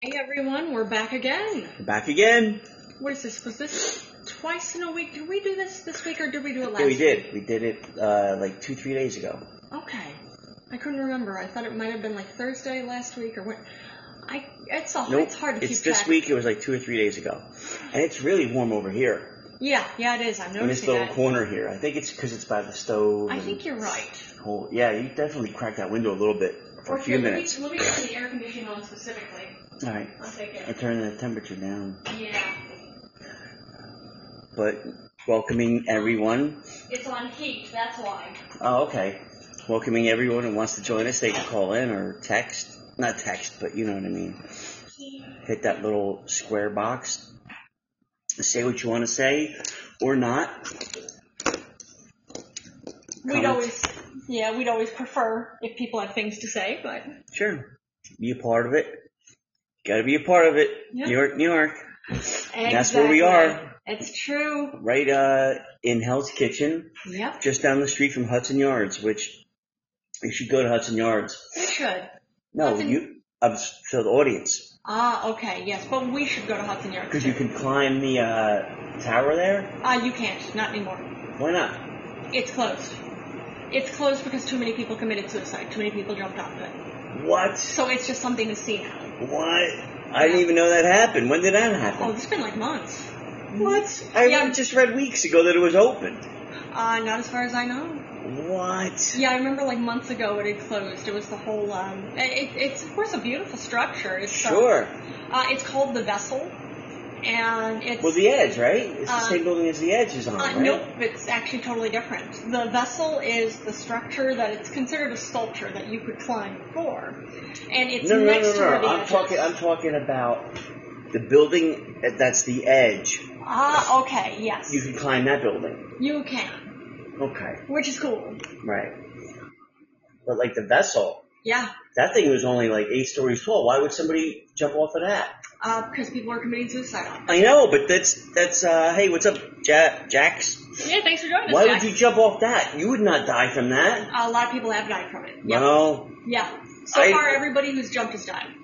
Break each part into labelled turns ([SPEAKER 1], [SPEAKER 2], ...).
[SPEAKER 1] Hey everyone, we're back again.
[SPEAKER 2] Back again.
[SPEAKER 1] What is this? Was this twice in a week? Did we do this this week or did we do it last
[SPEAKER 2] Yeah, we
[SPEAKER 1] week?
[SPEAKER 2] did. We did it uh, like two, three days ago.
[SPEAKER 1] Okay. I couldn't remember. I thought it might have been like Thursday last week or what. I it's all
[SPEAKER 2] Nope.
[SPEAKER 1] Oh, it's hard to
[SPEAKER 2] it's
[SPEAKER 1] keep
[SPEAKER 2] this
[SPEAKER 1] track.
[SPEAKER 2] week. It was like two or three days ago, and it's really warm over here
[SPEAKER 1] Yeah, yeah, it is. I'm
[SPEAKER 2] in this
[SPEAKER 1] noticing
[SPEAKER 2] little
[SPEAKER 1] that.
[SPEAKER 2] corner here. I think it's because it's by the stove.
[SPEAKER 1] I
[SPEAKER 2] and
[SPEAKER 1] think you're right.
[SPEAKER 2] whole- yeah, you definitely cracked that window a little bit for a few
[SPEAKER 1] Okay,
[SPEAKER 2] minutes.
[SPEAKER 1] Let me, let me turn the air conditioning on specifically.
[SPEAKER 2] All right,
[SPEAKER 1] I'll take
[SPEAKER 2] I
[SPEAKER 1] it.
[SPEAKER 2] turned the temperature down,
[SPEAKER 1] Yeah,
[SPEAKER 2] but welcoming everyone.
[SPEAKER 1] it's on heat. That's why.
[SPEAKER 2] Oh, okay. Welcoming everyone who wants to join us. They can call in or text. Not text, but you know what I mean. hit that little square box. Say what you want to say or not.
[SPEAKER 1] We'd
[SPEAKER 2] Comments?
[SPEAKER 1] always yeah we'd always prefer if people have things to say, but
[SPEAKER 2] Sure. Be a part of it. Gotta be a part of it.
[SPEAKER 1] Yeah.
[SPEAKER 2] New York, New York. That's where we
[SPEAKER 1] Exactly.
[SPEAKER 2] are.
[SPEAKER 1] It's true.
[SPEAKER 2] Right uh, in Hell's Kitchen,
[SPEAKER 1] Yep,
[SPEAKER 2] just down the street from Hudson Yards, which you should go to Hudson Yards.
[SPEAKER 1] we should.
[SPEAKER 2] No,
[SPEAKER 1] Hudson-
[SPEAKER 2] you, I'm s- to the audience.
[SPEAKER 1] Ah, okay, yes, but we should go to Hudson Yards.
[SPEAKER 2] Because you can climb the uh, tower there.
[SPEAKER 1] Ah, you can't, not anymore.
[SPEAKER 2] Why not?
[SPEAKER 1] It's closed. It's closed because too many people committed suicide. Too many people jumped off it.
[SPEAKER 2] What?
[SPEAKER 1] So it's just something to see now.
[SPEAKER 2] What? I didn't even know that happened. When did that happen?
[SPEAKER 1] Oh, it's been like months.
[SPEAKER 2] What? I
[SPEAKER 1] Oh, Yeah.
[SPEAKER 2] just read weeks ago that it was open.
[SPEAKER 1] Uh, not as far as I know.
[SPEAKER 2] What?
[SPEAKER 1] Yeah, I remember like months ago it had closed. It was the whole. Um, it, it's of course a beautiful structure. It's, uh,
[SPEAKER 2] Sure.
[SPEAKER 1] Uh, it's called the Vessel, and it's.
[SPEAKER 2] Well, the Edge, right? It's the
[SPEAKER 1] Uh,
[SPEAKER 2] same building as the Edge is on,
[SPEAKER 1] Uh,
[SPEAKER 2] right?
[SPEAKER 1] nope, it's actually totally different. The vessel is the structure that it's considered a sculpture that you could climb for, and it's
[SPEAKER 2] No, no, no,
[SPEAKER 1] next
[SPEAKER 2] no,
[SPEAKER 1] to where
[SPEAKER 2] no.
[SPEAKER 1] the
[SPEAKER 2] I'm
[SPEAKER 1] edge
[SPEAKER 2] talking.
[SPEAKER 1] is.
[SPEAKER 2] I'm talking about the building that- that's the Edge.
[SPEAKER 1] Ah, okay, yes,
[SPEAKER 2] You can climb that building.
[SPEAKER 1] you can,
[SPEAKER 2] Okay.
[SPEAKER 1] which is cool.
[SPEAKER 2] Right. But like the vessel,
[SPEAKER 1] Yeah,
[SPEAKER 2] that thing was only like eight stories tall. Why would somebody jump off of that?
[SPEAKER 1] uh, because people are committing suicide on. it.
[SPEAKER 2] I know, but that's that's. uh Hey, what's up, ja- Jax?
[SPEAKER 1] Yeah, thanks for joining
[SPEAKER 2] Why
[SPEAKER 1] us.
[SPEAKER 2] would
[SPEAKER 1] guys.
[SPEAKER 2] you jump off that? You would not die from that.
[SPEAKER 1] A lot of people have died from it. Yeah,
[SPEAKER 2] No.
[SPEAKER 1] yeah. So
[SPEAKER 2] I-
[SPEAKER 1] far, everybody who's jumped has died.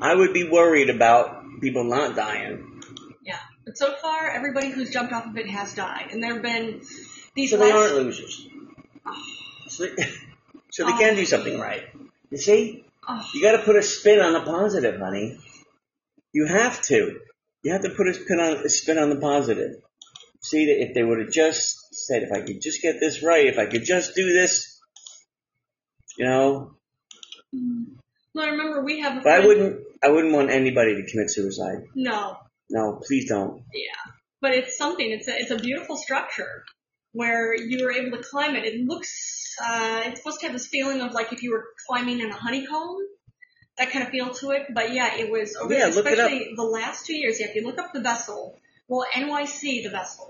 [SPEAKER 2] I would be worried about people not dying.
[SPEAKER 1] Yeah, but so far, everybody who's jumped off of it has died, and there have been these
[SPEAKER 2] So they
[SPEAKER 1] last. Oh.
[SPEAKER 2] aren't losers. So they, so they can do something right. You see?
[SPEAKER 1] Oh.
[SPEAKER 2] You gotta put a spin on the positive, honey. You have to. You have to put a spin on a spin on the positive. See that if they would have just said, if I could just get this right, if I could just do this, you know.
[SPEAKER 1] Well, remember we have. A
[SPEAKER 2] But I
[SPEAKER 1] friend-
[SPEAKER 2] wouldn't. I wouldn't want anybody to commit suicide.
[SPEAKER 1] No,
[SPEAKER 2] No, please don't.
[SPEAKER 1] but it's something. It's a it's a beautiful structure where you were able to climb it. It looks uh, it's supposed to have this feeling of like if you were climbing in a honeycomb, that kind of feel to it. But yeah, it was over
[SPEAKER 2] Yeah, look it up.
[SPEAKER 1] especially the last two years. Yeah, if you look up the vessel, well NYC the vessel,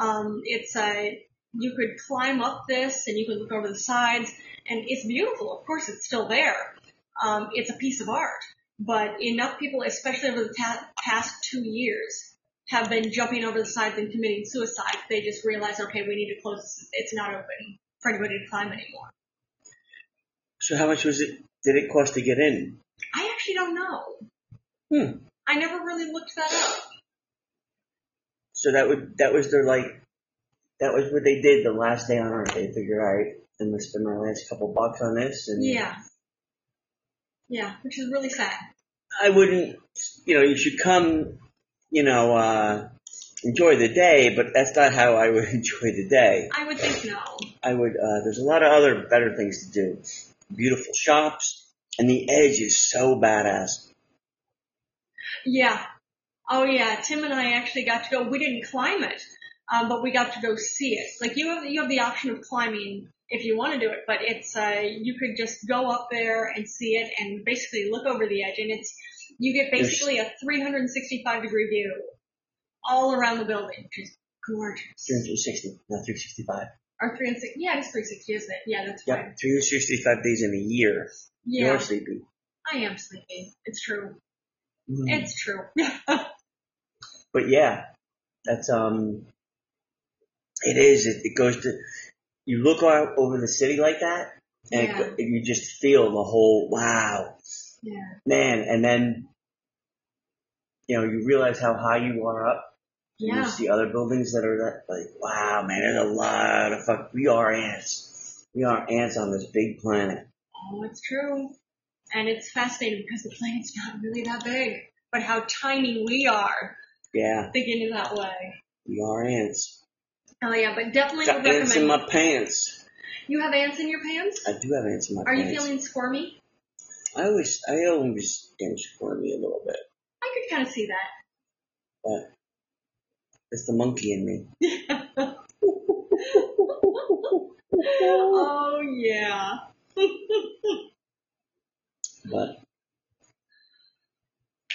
[SPEAKER 1] um, it's a you could climb up this and you could look over the sides and it's beautiful. Of course, it's still there. Um, it's a piece of art, but enough people, especially over the ta- past two years, have been jumping over the sides and committing suicide. They just realize, okay, we need to close. this. It's not open for anybody to climb anymore.
[SPEAKER 2] So how much was it? Did it cost to get in?
[SPEAKER 1] I actually don't know.
[SPEAKER 2] Hmm.
[SPEAKER 1] I never really looked that up.
[SPEAKER 2] So that would that was their like that was what they did the last day on earth. They figured, all right, I'm gonna spend my last couple bucks on this, and
[SPEAKER 1] Yeah. Yeah, which is really sad.
[SPEAKER 2] I wouldn't. You know, you should come. You know, uh, enjoy the day, but that's not how I would enjoy the day.
[SPEAKER 1] I would think no.
[SPEAKER 2] I would. Uh, there's a lot of other better things to do. Beautiful shops, and the edge is so badass.
[SPEAKER 1] Yeah. Oh yeah, Tim and I actually got to go. We didn't climb it, um, but we got to go see it. Like you have you have the option of climbing if you want to do it, but it's uh you could just go up there and see it and basically look over the edge, and it's you get
[SPEAKER 2] There's-
[SPEAKER 1] basically a 365 degree view all around the building, which is gorgeous.
[SPEAKER 2] 360, not 365.
[SPEAKER 1] Or 360, yeah, it's 360, isn't it? Yeah, that's
[SPEAKER 2] Yeah,
[SPEAKER 1] right.
[SPEAKER 2] 365 days in a year.
[SPEAKER 1] Yeah,
[SPEAKER 2] You're sleepy.
[SPEAKER 1] I am sleepy. It's true.
[SPEAKER 2] Mm.
[SPEAKER 1] It's true.
[SPEAKER 2] but yeah, that's um, it is. It, it goes to you look out over the city like that, and it go- you just feel the whole wow,
[SPEAKER 1] yeah.
[SPEAKER 2] man. And then you know, you realize how high you are up. and You
[SPEAKER 1] Yeah.
[SPEAKER 2] see other buildings that are that like, wow, man, there's a lot of fuck. We are ants. We are ants on this big planet.
[SPEAKER 1] Oh, it's true. And it's fascinating because the planet's not really that big, but how tiny we are
[SPEAKER 2] Yeah,
[SPEAKER 1] thinking in that way.
[SPEAKER 2] we are ants.
[SPEAKER 1] Oh yeah, but definitely
[SPEAKER 2] Got
[SPEAKER 1] would
[SPEAKER 2] ants in
[SPEAKER 1] recommend.
[SPEAKER 2] my pants.
[SPEAKER 1] you have ants in your pants?
[SPEAKER 2] I do have ants in my
[SPEAKER 1] Are you
[SPEAKER 2] pants.
[SPEAKER 1] feeling squirmy?
[SPEAKER 2] I always, I always am squirmy a little bit.
[SPEAKER 1] I could kind of see that.
[SPEAKER 2] It's the monkey in me.
[SPEAKER 1] oh yeah.
[SPEAKER 2] But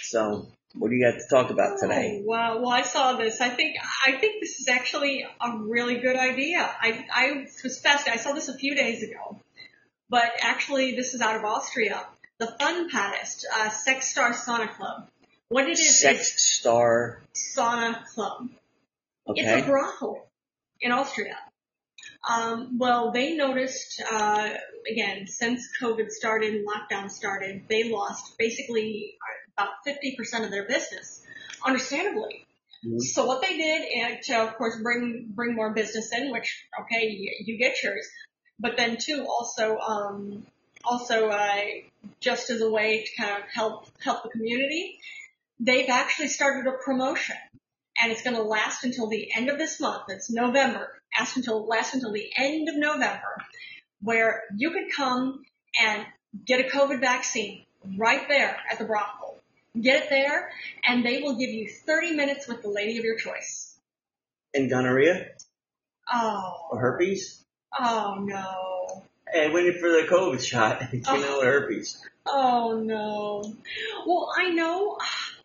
[SPEAKER 2] so, what do you got to talk about today?
[SPEAKER 1] Oh, wow. Well, I saw this. I think I think this is actually a really good idea. I I was fascinated. I saw this a few days ago, but actually this is out of Austria. The Fun Paddist, uh, Sex Star Sauna Club. What it is
[SPEAKER 2] Sex star.
[SPEAKER 1] is sauna club. It's a
[SPEAKER 2] Okay.
[SPEAKER 1] brothel in Austria. Um, well, they noticed, uh, again, since COVID started and lockdown started, they lost basically about 50% of their business, understandably.
[SPEAKER 2] Mhm.
[SPEAKER 1] So what they did, and to of course bring, bring more business in, which, okay, you, you get yours, but then too, also, um, also, uh, just as a way to kind of help, help the community, they've actually started a promotion and it's going to last until the end of this month. It's November. Last until last until the end of November, where you could come and get a COVID vaccine right there at the brothel. Get it there, and they will give you 30 minutes with the lady of your choice.
[SPEAKER 2] And gonorrhea
[SPEAKER 1] Oh,
[SPEAKER 2] or herpes.
[SPEAKER 1] oh no,
[SPEAKER 2] Hey, I waited for the COVID shot. It came out with herpes.
[SPEAKER 1] oh no. Well, I know.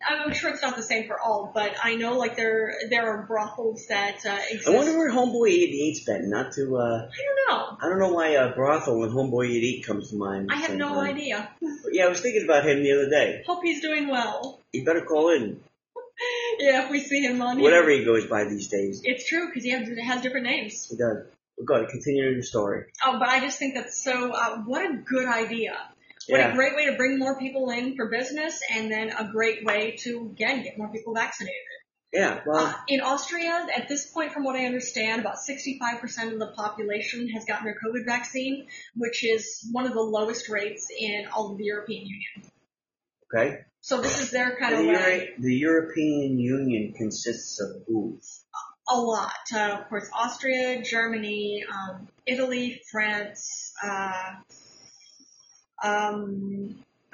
[SPEAKER 1] I'm sure it's not the same for all, but I know like there there are brothels that uh, exist.
[SPEAKER 2] I wonder where Homeboy 88's been. Not to. uh
[SPEAKER 1] I don't know.
[SPEAKER 2] I don't know why uh, brothel and Homeboy 88 comes to mind.
[SPEAKER 1] I
[SPEAKER 2] at the
[SPEAKER 1] have
[SPEAKER 2] same
[SPEAKER 1] no
[SPEAKER 2] time.
[SPEAKER 1] idea.
[SPEAKER 2] But yeah, I was thinking about him the other day.
[SPEAKER 1] Hope he's doing well.
[SPEAKER 2] You better call in.
[SPEAKER 1] Yeah, if we see him on here.
[SPEAKER 2] Whatever he goes by these days.
[SPEAKER 1] It's true because he has, has different names.
[SPEAKER 2] He does. We're going to continue the story.
[SPEAKER 1] Oh, but I just think that's so. Uh, what a good idea! What a
[SPEAKER 2] Yeah.
[SPEAKER 1] great way to bring more people in for business, and then a great way to again get more people vaccinated.
[SPEAKER 2] Yeah. Well,
[SPEAKER 1] Uh, in Austria, at this point, from what I understand, about 65% of the population has gotten their COVID vaccine, which is one of the lowest rates in all of the European Union.
[SPEAKER 2] okay.
[SPEAKER 1] So this is their kind
[SPEAKER 2] The,
[SPEAKER 1] of way.
[SPEAKER 2] Euro- the European Union consists of who?
[SPEAKER 1] a lot. Uh, of course, Austria, Germany, um, Italy, France, uh, um,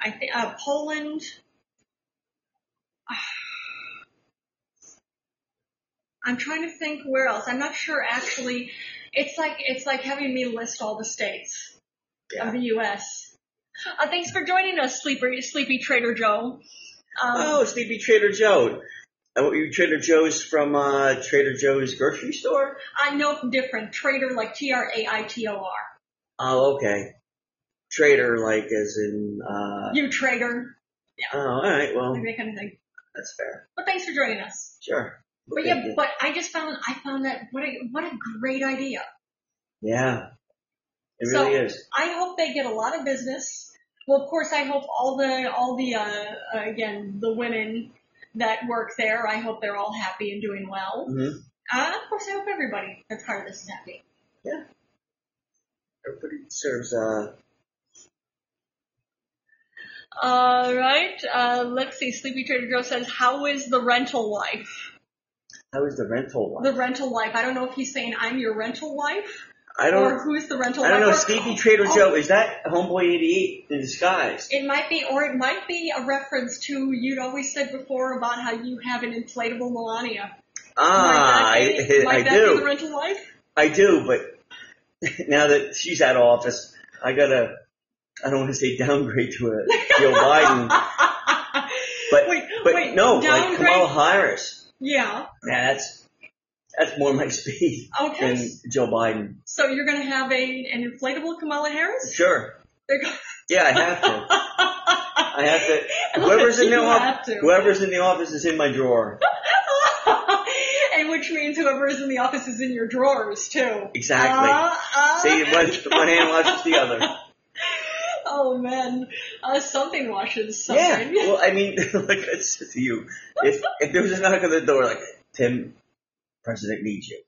[SPEAKER 1] I think uh, Poland. I'm trying to think where else. I'm not sure actually. It's like it's like having me list all the states of
[SPEAKER 2] Yeah.
[SPEAKER 1] the U.S. Uh, thanks for joining us, sleepy sleepy Trader Joe. Um,
[SPEAKER 2] Oh, Sleepy Trader Joe. Uh, what, you Trader Joe's from uh, Trader Joe's grocery store?
[SPEAKER 1] I know different Trader like T R A I T O R.
[SPEAKER 2] Oh, okay. Trader, like, as in, uh,
[SPEAKER 1] You Trader,
[SPEAKER 2] oh, alright, well,
[SPEAKER 1] like that kind of thing.
[SPEAKER 2] that's fair.
[SPEAKER 1] But thanks for joining us.
[SPEAKER 2] Sure.
[SPEAKER 1] But yeah, but I just found I found that what a what a great idea.
[SPEAKER 2] Yeah. It
[SPEAKER 1] So-
[SPEAKER 2] really is.
[SPEAKER 1] I hope they get a lot of business. Well, of course, I hope all the all the uh, again the women that work there. I hope they're all happy and doing well.
[SPEAKER 2] hmm
[SPEAKER 1] Uh, of course, I hope everybody that's part of this is happy.
[SPEAKER 2] Everybody serves, uh,
[SPEAKER 1] All right. Uh, let's see. Sleepy Trader Joe says, "How is the rental life?
[SPEAKER 2] how is the rental one?
[SPEAKER 1] The rental life. I don't know if he's saying I'm your rental wife
[SPEAKER 2] I don't,
[SPEAKER 1] or who's the rental
[SPEAKER 2] I don't
[SPEAKER 1] wife.
[SPEAKER 2] know,
[SPEAKER 1] or-
[SPEAKER 2] Sleepy Trader
[SPEAKER 1] oh,
[SPEAKER 2] Joe, is that Homeboy 88 in disguise?
[SPEAKER 1] It might be, or it might be a reference to you'd always said before about how you have an inflatable Melania.
[SPEAKER 2] Ah,
[SPEAKER 1] might that be,
[SPEAKER 2] I,
[SPEAKER 1] might
[SPEAKER 2] I
[SPEAKER 1] that be the
[SPEAKER 2] do.
[SPEAKER 1] rental life?
[SPEAKER 2] I do, but now that she's out of office, I gotta, I don't want to say downgrade to a Joe Biden, but,
[SPEAKER 1] wait,
[SPEAKER 2] but
[SPEAKER 1] wait,
[SPEAKER 2] no, like
[SPEAKER 1] downgrade.
[SPEAKER 2] Kamala Harris.
[SPEAKER 1] yeah.
[SPEAKER 2] Yeah, that's, that's more my speed
[SPEAKER 1] Okay.
[SPEAKER 2] than Joe Biden.
[SPEAKER 1] so you're gonna have a an inflatable Kamala Harris?
[SPEAKER 2] Sure.
[SPEAKER 1] They're go-
[SPEAKER 2] Yeah, I have to. I have to. Whoever's in the
[SPEAKER 1] You
[SPEAKER 2] office,
[SPEAKER 1] have to.
[SPEAKER 2] whoever's in the office is in my drawer.
[SPEAKER 1] and which means whoever is in the office is in your drawers too.
[SPEAKER 2] Exactly.
[SPEAKER 1] Uh, uh,
[SPEAKER 2] See, one, one hand washes the other.
[SPEAKER 1] oh man, uh, something washes
[SPEAKER 2] Yeah.
[SPEAKER 1] something.
[SPEAKER 2] Well, I mean, like I said to you, if if there was a knock on the door, like Tim, President needs you.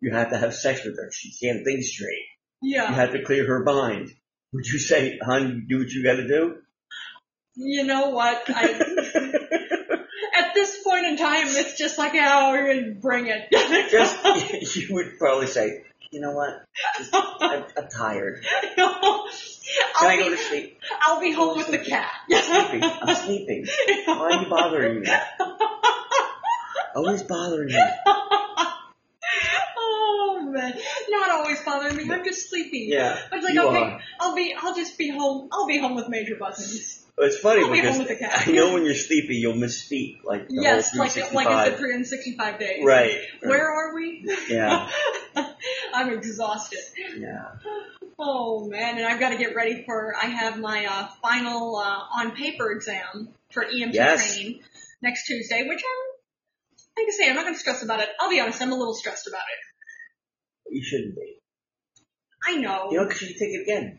[SPEAKER 2] You have to have sex with her. She can't think straight. You
[SPEAKER 1] yeah.
[SPEAKER 2] have to clear her mind. Would you say, "Hon, do what you got to do"?
[SPEAKER 1] You know what? I, at this point in time, it's just like, oh, we're gonna bring it.
[SPEAKER 2] Just you would probably say, "You know what? Just, I'm, I'm tired. Can I
[SPEAKER 1] I'll,
[SPEAKER 2] go to
[SPEAKER 1] be,
[SPEAKER 2] sleep?
[SPEAKER 1] I'll be home with the cat.
[SPEAKER 2] Sleeping. I'm sleeping. Why are you bothering me? Always bothering me.
[SPEAKER 1] oh man, not always bothering me. I'm just sleepy.
[SPEAKER 2] Yeah.
[SPEAKER 1] But it's like
[SPEAKER 2] you
[SPEAKER 1] I'll
[SPEAKER 2] are.
[SPEAKER 1] be, I'll be, I'll just be home. I'll be home with Major Buttons.
[SPEAKER 2] Well, It's funny
[SPEAKER 1] I'll be
[SPEAKER 2] because
[SPEAKER 1] home with the cat.
[SPEAKER 2] I know when you're sleepy, you'll misspeak like the
[SPEAKER 1] yes,
[SPEAKER 2] whole
[SPEAKER 1] like it, like it's the
[SPEAKER 2] 365.
[SPEAKER 1] 365 days.
[SPEAKER 2] right.
[SPEAKER 1] Where are we?
[SPEAKER 2] Yeah.
[SPEAKER 1] I'm exhausted.
[SPEAKER 2] Yeah.
[SPEAKER 1] Oh man, and I've got to get ready for. I have my uh, final uh, on paper exam for EMT
[SPEAKER 2] Yes.
[SPEAKER 1] training next Tuesday, which I'm. Like I say, I'm not going to stress about it. I'll be honest, I'm a little stressed about it.
[SPEAKER 2] You shouldn't be.
[SPEAKER 1] I know.
[SPEAKER 2] You know, 'cause you can take it again.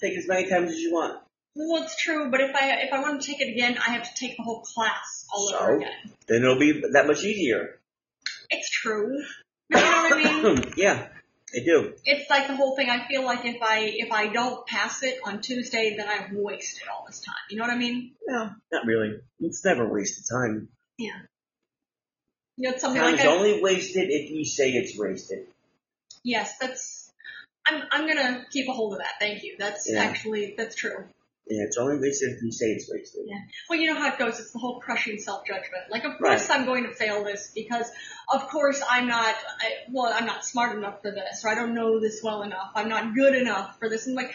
[SPEAKER 2] Take it as many times as you want.
[SPEAKER 1] Well, it's true, but if I if I want to take it again, I have to take the whole class all
[SPEAKER 2] So?
[SPEAKER 1] over again.
[SPEAKER 2] Then it'll be that much easier.
[SPEAKER 1] It's true. You know what I mean?
[SPEAKER 2] yeah. I do.
[SPEAKER 1] It's like the whole thing. I feel like if I if I don't pass it on Tuesday, then I've wasted all this time. You know what I mean?
[SPEAKER 2] No, not really. It's never wasted time.
[SPEAKER 1] You know, it's something
[SPEAKER 2] Time
[SPEAKER 1] like
[SPEAKER 2] is
[SPEAKER 1] I-
[SPEAKER 2] only wasted if you say it's wasted.
[SPEAKER 1] yes, that's. I'm I'm gonna keep a hold of that. Thank you. That's
[SPEAKER 2] Yeah.
[SPEAKER 1] actually that's true.
[SPEAKER 2] Yeah, it's only wasted if you say it's wasted.
[SPEAKER 1] Well, you know how it goes. It's the whole crushing self judgment. Like, of course I'm going to fail this because, of course, I'm not. I, well, I'm not smart enough for this, or I don't know this well enough. I'm not good enough for this. And like,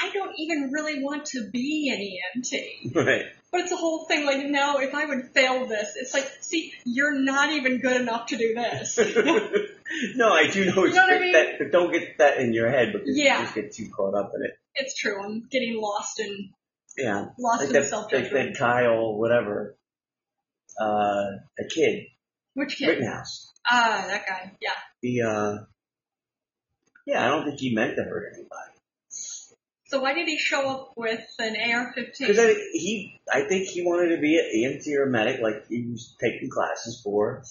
[SPEAKER 1] I don't even really want to be an EMT.
[SPEAKER 2] Right.
[SPEAKER 1] But it's a whole thing. Like, no, if I would fail this, it's like, see, you're not even good enough to do this.
[SPEAKER 2] no, I do know,
[SPEAKER 1] You
[SPEAKER 2] it's
[SPEAKER 1] know what I
[SPEAKER 2] but
[SPEAKER 1] mean?
[SPEAKER 2] that, but don't get that in your head because
[SPEAKER 1] Yeah.
[SPEAKER 2] you just get too caught up in it.
[SPEAKER 1] it's true. I'm getting lost in
[SPEAKER 2] Yeah,
[SPEAKER 1] lost
[SPEAKER 2] like
[SPEAKER 1] in
[SPEAKER 2] that,
[SPEAKER 1] self
[SPEAKER 2] like that
[SPEAKER 1] judgment.
[SPEAKER 2] Kyle, whatever, uh, a kid,
[SPEAKER 1] Which kid?
[SPEAKER 2] Rittenhouse.
[SPEAKER 1] Ah, that guy. Yeah.
[SPEAKER 2] The uh, yeah, I don't think he meant to hurt anybody
[SPEAKER 1] So why did he show up with an
[SPEAKER 2] because
[SPEAKER 1] AR-15?
[SPEAKER 2] I he, I think he wanted to be an EMT or a medic, like he was taking classes for,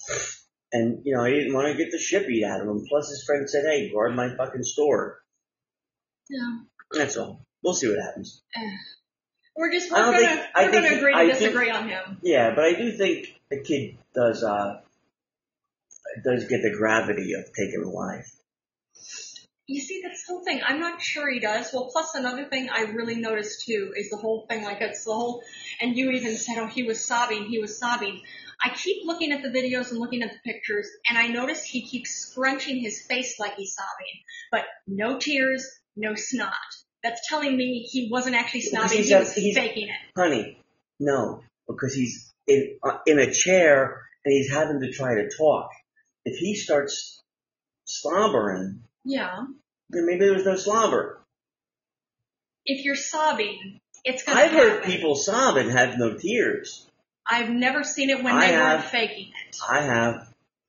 [SPEAKER 2] and you know he didn't want to get the shit beat out of him. Plus his friend said, "Hey, guard my fucking store."
[SPEAKER 1] Yeah.
[SPEAKER 2] That's all. We'll see what happens.
[SPEAKER 1] We're just
[SPEAKER 2] I
[SPEAKER 1] we're
[SPEAKER 2] don't
[SPEAKER 1] gonna
[SPEAKER 2] think- I
[SPEAKER 1] we're
[SPEAKER 2] think-
[SPEAKER 1] gonna agree to
[SPEAKER 2] I think-
[SPEAKER 1] disagree on him.
[SPEAKER 2] Yeah, but I do think the kid does uh does get the gravity of taking a life.
[SPEAKER 1] You see, that's the whole thing. I'm not sure he does. Well, plus another thing I really noticed too is the whole thing. Like it's the whole, and you even said, "Oh, he was sobbing. He was sobbing." I keep looking at the videos and looking at the pictures, and I notice he keeps scrunching his face like he's sobbing, but no tears, no snot. That's telling me he wasn't actually
[SPEAKER 2] Because
[SPEAKER 1] sobbing.
[SPEAKER 2] he's
[SPEAKER 1] He
[SPEAKER 2] a-
[SPEAKER 1] was
[SPEAKER 2] he's-
[SPEAKER 1] faking it.
[SPEAKER 2] Honey, no, because he's in uh, in a chair and he's having to try to talk. If he starts slobbering,
[SPEAKER 1] Yeah.
[SPEAKER 2] then maybe there's no slobber.
[SPEAKER 1] If you're sobbing, it's gonna.
[SPEAKER 2] I've heard
[SPEAKER 1] happen.
[SPEAKER 2] people sob and have no tears.
[SPEAKER 1] I've never seen it when
[SPEAKER 2] I
[SPEAKER 1] they weren't
[SPEAKER 2] have.
[SPEAKER 1] faking it.
[SPEAKER 2] I have.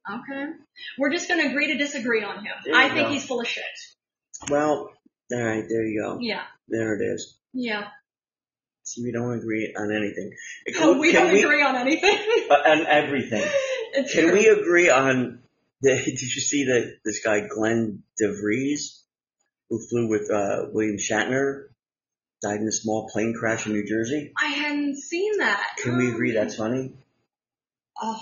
[SPEAKER 1] Okay. We're just going to agree to disagree on him.
[SPEAKER 2] There
[SPEAKER 1] I
[SPEAKER 2] you
[SPEAKER 1] think
[SPEAKER 2] go.
[SPEAKER 1] he's full of shit.
[SPEAKER 2] Well, all right, there you go.
[SPEAKER 1] Yeah.
[SPEAKER 2] There it is.
[SPEAKER 1] Yeah.
[SPEAKER 2] See, we don't agree on anything.
[SPEAKER 1] Oh, we
[SPEAKER 2] Can
[SPEAKER 1] don't agree on anything.
[SPEAKER 2] uh, on everything.
[SPEAKER 1] it's
[SPEAKER 2] Can
[SPEAKER 1] true.
[SPEAKER 2] we agree on the, did you see that this guy Glenn DeVries who flew with uh, William Shatner died in a small plane crash in New Jersey?
[SPEAKER 1] I hadn't seen that.
[SPEAKER 2] Can we agree that's funny?
[SPEAKER 1] Oh,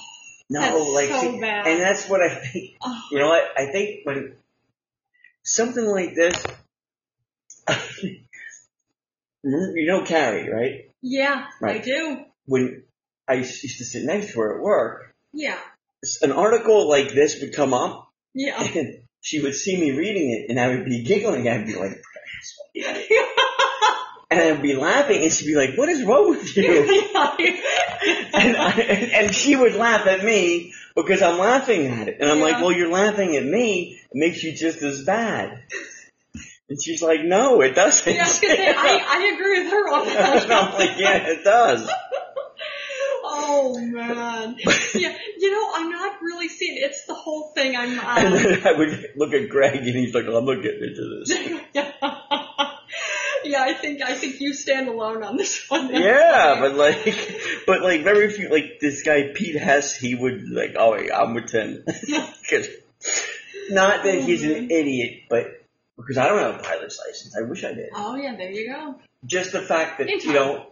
[SPEAKER 2] No,
[SPEAKER 1] that's
[SPEAKER 2] like
[SPEAKER 1] so
[SPEAKER 2] see,
[SPEAKER 1] bad.
[SPEAKER 2] and that's what I think.
[SPEAKER 1] Oh.
[SPEAKER 2] You know what? I think when something like this you know Carrie, right?
[SPEAKER 1] yeah, I
[SPEAKER 2] Right.
[SPEAKER 1] do.
[SPEAKER 2] When I used to sit next to her at work,
[SPEAKER 1] Yeah.
[SPEAKER 2] an article like this would come up
[SPEAKER 1] Yeah.
[SPEAKER 2] and she would see me reading it, and I would be giggling. I'd be like, and I'd be laughing, and she'd be like, "What is wrong with you?" And, I, and she would laugh at me because I'm laughing at it, and I'm like,
[SPEAKER 1] Yeah.
[SPEAKER 2] "Well, you're laughing at me. It makes you just as bad." And she's like, "No, it doesn't."
[SPEAKER 1] Yeah, I, was gonna say, I, I agree with her on
[SPEAKER 2] and I'm
[SPEAKER 1] that.
[SPEAKER 2] like, "Yeah, it does."
[SPEAKER 1] oh man, yeah. You know, I'm not really seeing. It's the whole thing. I'm.
[SPEAKER 2] And
[SPEAKER 1] Uh,
[SPEAKER 2] then I would look at Greg, and he's like, "I'm not getting into this."
[SPEAKER 1] yeah. yeah, I think I think you stand alone on this one.
[SPEAKER 2] Yeah, but like, but like very few. Like this guy Pete Hess, he would like, oh, I'm with Tim. 'Cause- Not that he's an idiot, but because I don't have a pilot's license, I wish I did.
[SPEAKER 1] oh yeah, there you go.
[SPEAKER 2] Just the fact that
[SPEAKER 1] In
[SPEAKER 2] you know,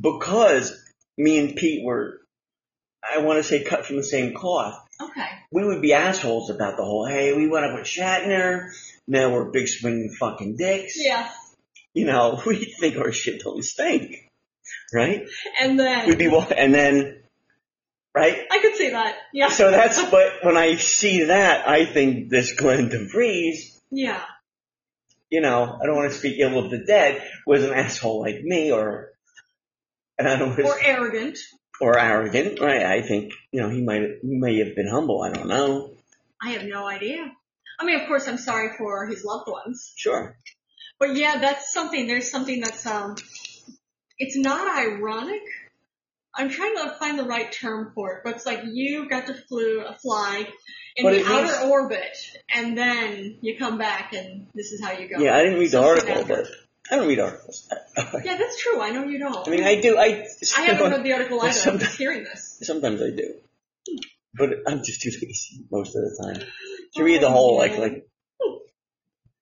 [SPEAKER 2] because me and Pete were, I want to say, cut from the same cloth.
[SPEAKER 1] Okay.
[SPEAKER 2] we would be assholes about the whole, hey, we went up with Shatner, now we're big swinging fucking dicks.
[SPEAKER 1] Yeah,
[SPEAKER 2] You know, we think our shit don't stink. Right?
[SPEAKER 1] and then
[SPEAKER 2] We'd be, wa- and then, right?
[SPEAKER 1] I could see that. Yeah.
[SPEAKER 2] So that's, but when I see that, I think this Glenn DeVries,
[SPEAKER 1] yeah.
[SPEAKER 2] you know, I don't want to speak ill of the dead, was an asshole like me or, and I don't want to,
[SPEAKER 1] Or arrogant.
[SPEAKER 2] or arrogant, right? I think, you know, he might, he may have been humble, I don't know.
[SPEAKER 1] I have no idea. I mean, of course, I'm sorry for his loved ones,
[SPEAKER 2] Sure.
[SPEAKER 1] but yeah, that's something. There's something that's um, it's not ironic. I'm trying to find the right term for it, but it's like you got to flew, fly in
[SPEAKER 2] But
[SPEAKER 1] the
[SPEAKER 2] it
[SPEAKER 1] outer
[SPEAKER 2] means-
[SPEAKER 1] orbit, and then you come back, and this is how you go.
[SPEAKER 2] Yeah, I didn't read the
[SPEAKER 1] So
[SPEAKER 2] article,
[SPEAKER 1] sad.
[SPEAKER 2] but I don't read articles.
[SPEAKER 1] Yeah, that's true. I know you don't.
[SPEAKER 2] I mean, I do. I,
[SPEAKER 1] I haven't read the article
[SPEAKER 2] There's
[SPEAKER 1] either. I'm just hearing this.
[SPEAKER 2] sometimes I do, but I'm just too lazy most of the time to read the whole like like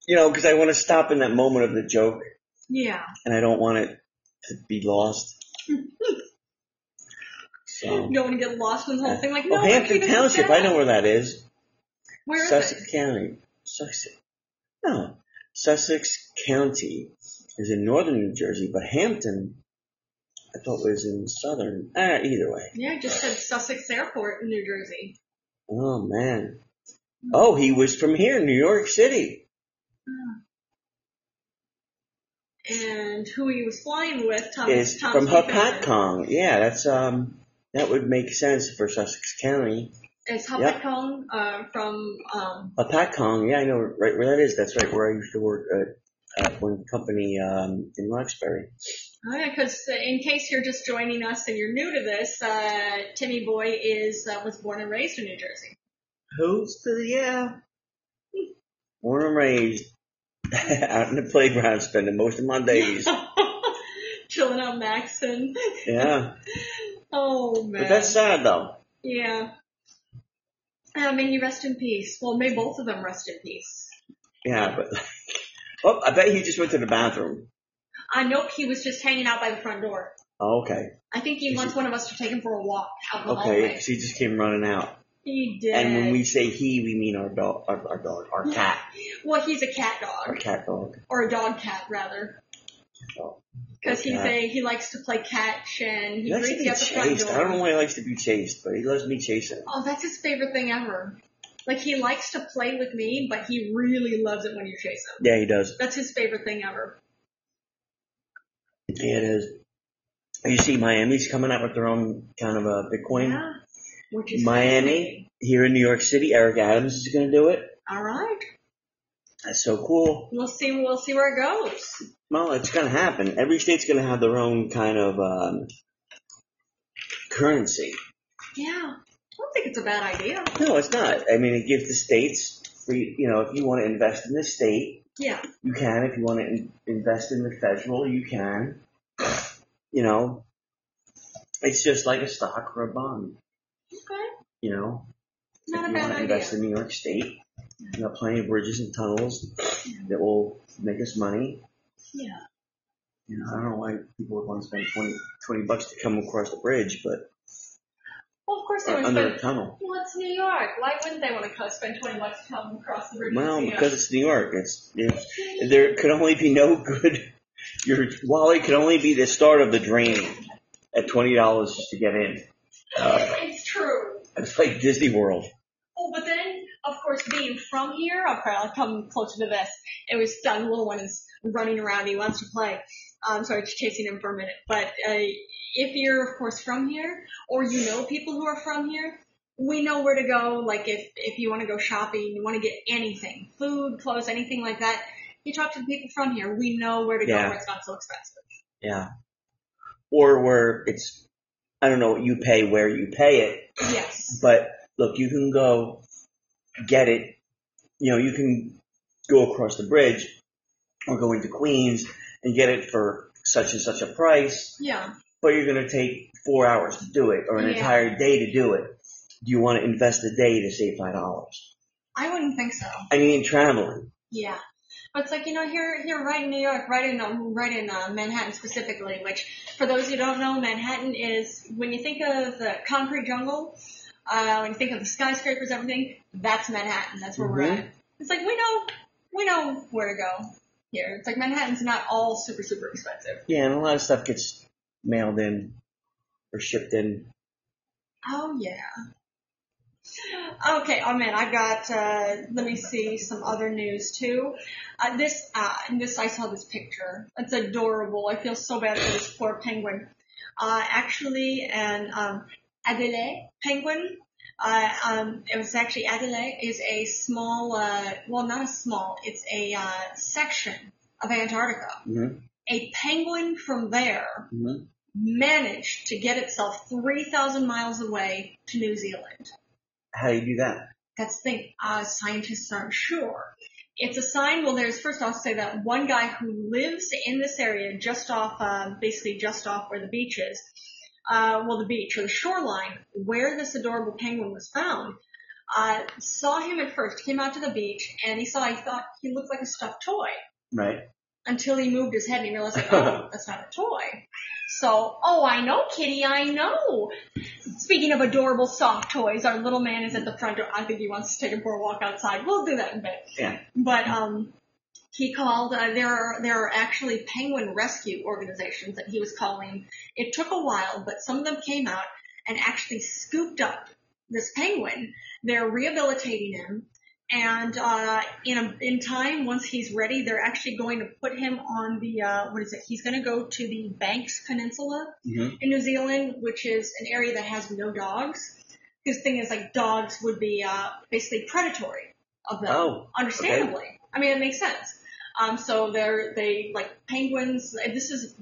[SPEAKER 2] you know because I want to stop in that moment of the joke
[SPEAKER 1] Yeah.
[SPEAKER 2] and I don't want it to be lost. So,
[SPEAKER 1] You don't want to get lost in the whole thing. Like, no,
[SPEAKER 2] oh, Hampton
[SPEAKER 1] even
[SPEAKER 2] Township.
[SPEAKER 1] if it's
[SPEAKER 2] I know where that is.
[SPEAKER 1] Where is
[SPEAKER 2] Sussex
[SPEAKER 1] it?
[SPEAKER 2] County. Sussex. No, Sussex County is in northern New Jersey, but Hampton, I thought was in southern. Ah, either way.
[SPEAKER 1] Yeah, I just said Sussex Airport in New Jersey.
[SPEAKER 2] Oh man. Oh, he was from here, New York City.
[SPEAKER 1] And who he was flying with, Tom,
[SPEAKER 2] Is
[SPEAKER 1] Tom
[SPEAKER 2] from
[SPEAKER 1] Stephenson,
[SPEAKER 2] Hopatcong. Yeah, that's um that would make sense for Sussex County.
[SPEAKER 1] Is
[SPEAKER 2] Yep.
[SPEAKER 1] Hopatcong uh, from, um,
[SPEAKER 2] Hopatcong, yeah, I know right where that is. That's right where I used to work at, at one company um in Roxbury.
[SPEAKER 1] because in case you're just joining us and you're new to this, uh, Timmy Boy is, uh, was born and raised in New Jersey.
[SPEAKER 2] Who's the yeah? Born and raised out in the playground spending most of my days.
[SPEAKER 1] Chilling out Maxon.
[SPEAKER 2] Yeah.
[SPEAKER 1] Oh, man.
[SPEAKER 2] But that's sad though.
[SPEAKER 1] Yeah. Uh, may you rest in peace. Well, may both of them rest in peace.
[SPEAKER 2] Yeah, but like Oh, I bet he just went to the bathroom.
[SPEAKER 1] I know Uh, he was just hanging out by the front door.
[SPEAKER 2] Oh, okay.
[SPEAKER 1] I think he
[SPEAKER 2] Is
[SPEAKER 1] wants one of us to take him for a walk out in the
[SPEAKER 2] Okay,
[SPEAKER 1] hallway.
[SPEAKER 2] she just came running out.
[SPEAKER 1] He did.
[SPEAKER 2] And when we say he, we mean our dog, our, our dog, our cat,
[SPEAKER 1] well, he's a cat
[SPEAKER 2] our
[SPEAKER 1] dog
[SPEAKER 2] cat dog.
[SPEAKER 1] or a dog cat rather,
[SPEAKER 2] So,
[SPEAKER 1] because he's
[SPEAKER 2] Yeah.
[SPEAKER 1] a he likes to play catch and
[SPEAKER 2] he
[SPEAKER 1] he
[SPEAKER 2] likes to
[SPEAKER 1] greets
[SPEAKER 2] be
[SPEAKER 1] you at the front
[SPEAKER 2] chased.
[SPEAKER 1] door.
[SPEAKER 2] I don't know why he likes to be chased, but he loves me chasing.
[SPEAKER 1] Oh, that's his favorite thing ever. Like he likes to play with me, but he really loves it when you chase him.
[SPEAKER 2] Yeah, he does.
[SPEAKER 1] That's his favorite thing ever.
[SPEAKER 2] Yeah, it is. You see, Miami's coming out with their own kind of a Bitcoin.
[SPEAKER 1] Yeah. Which is
[SPEAKER 2] Miami,
[SPEAKER 1] fascinating.
[SPEAKER 2] here in New York City, Eric Adams is going to do it.
[SPEAKER 1] All right.
[SPEAKER 2] That's so cool.
[SPEAKER 1] We'll see. We'll see where it goes.
[SPEAKER 2] Well, it's going to happen. Every state's going to have their own kind of um, currency.
[SPEAKER 1] Yeah. I don't think it's a bad idea.
[SPEAKER 2] No, it's not. I mean, it gives the states free. You know, if you want to invest in the state,
[SPEAKER 1] Yeah.
[SPEAKER 2] you can. If you want to in- invest in the federal, you can. You know, it's just like a stock or a bond.
[SPEAKER 1] Okay.
[SPEAKER 2] You know,
[SPEAKER 1] Not a
[SPEAKER 2] if you
[SPEAKER 1] bad
[SPEAKER 2] want to invest
[SPEAKER 1] idea.
[SPEAKER 2] in New York State, you got plenty of bridges and tunnels that will make us money.
[SPEAKER 1] Yeah.
[SPEAKER 2] You know, I don't know why people would want to spend 20, 20 bucks to come across the bridge, but
[SPEAKER 1] Well, of course they
[SPEAKER 2] or
[SPEAKER 1] would
[SPEAKER 2] under a
[SPEAKER 1] spend.
[SPEAKER 2] tunnel.
[SPEAKER 1] Well, it's New York. Why wouldn't they want to co- spend twenty bucks to come across the bridge?
[SPEAKER 2] Well,
[SPEAKER 1] Yeah.
[SPEAKER 2] because it's New York, it's it's there could only be no good. Your wallet could only be the start of the drain at twenty dollars just to get in. Uh,
[SPEAKER 1] it's true.
[SPEAKER 2] it's like Disney World.
[SPEAKER 1] Oh, but then of course being from here, okay, I'll come closer to this. It was done. Little one is running around. He wants to play. Um, so I was chasing him for a minute. But uh, if you're of course from here, or you know people who are from here. We know where to go, like if, if you want to go shopping, you want to get anything, food, clothes, anything like that, you talk to the people from here, we know where to go
[SPEAKER 2] Yeah.
[SPEAKER 1] where it's not so expensive.
[SPEAKER 2] Yeah. Or where it's I don't know you pay where you pay it,
[SPEAKER 1] Yes.
[SPEAKER 2] but look, you can go get it. You know, you can go across the bridge or going to Queens and get it for such and such a price,
[SPEAKER 1] Yeah.
[SPEAKER 2] but you're going to take four hours to do it or an
[SPEAKER 1] Yeah.
[SPEAKER 2] entire day to do it. Do you want to invest a day to save five dollars?
[SPEAKER 1] I wouldn't think so.
[SPEAKER 2] I mean, traveling.
[SPEAKER 1] Yeah. But it's like, you know, here, here, right in New York, right in, um, right in uh, Manhattan specifically, which for those who don't know, Manhattan is, when you think of the concrete jungle, uh, when you think of the skyscrapers, everything, that's Manhattan. That's where we're
[SPEAKER 2] Mhm.
[SPEAKER 1] at. It's like, we know, we know where to go here. It's like Manhattan's not all super, super expensive.
[SPEAKER 2] Yeah, and a lot of stuff gets mailed in or shipped in.
[SPEAKER 1] Oh yeah. Okay. Oh man, I got. Uh, let me see some other news too. Uh, this uh, and this I saw this picture. It's adorable. I feel so bad for this poor penguin. Uh, actually, an um, Adélie penguin. Uh, um, it was actually Adélie is a small. Uh, well, not a small. It's a uh, section of Antarctica.
[SPEAKER 2] Mm-hmm.
[SPEAKER 1] A penguin from there
[SPEAKER 2] Mm-hmm.
[SPEAKER 1] managed to get itself 3,000 miles away to New Zealand.
[SPEAKER 2] How do you do that?
[SPEAKER 1] That's the thing. Uh, scientists aren't sure. It's a sign. Well, there's first I'll say that one guy who lives in this area, just off, uh, basically just off where the beach is, uh, well, the beach or the shoreline where this adorable penguin was found, uh, saw him at first. Came out to the beach and he saw. He thought he looked like a stuffed toy
[SPEAKER 2] Right.
[SPEAKER 1] until he moved his head and he realized, like, oh, that's not a toy. So, oh, I know, kitty, I know. Speaking of adorable soft toys, our little man is at the front door. I think he wants to take him for a walk outside. We'll do that in a bit.
[SPEAKER 2] Yeah.
[SPEAKER 1] But um, he called. Uh, there are there are actually penguin rescue organizations that he was calling. It took a while, but some of them came out and actually scooped up this penguin. They're rehabilitating him, and uh, in a, in time, once he's ready, they're actually going to put him on the uh, what is it? He's going to go to the Banks Peninsula
[SPEAKER 2] Mm-hmm.
[SPEAKER 1] in New Zealand, which is an area that has no dogs. His thing is like dogs would be uh, basically predatory of them,
[SPEAKER 2] Oh,
[SPEAKER 1] understandably. I mean, it makes sense. Um, so they're they like penguins. This is,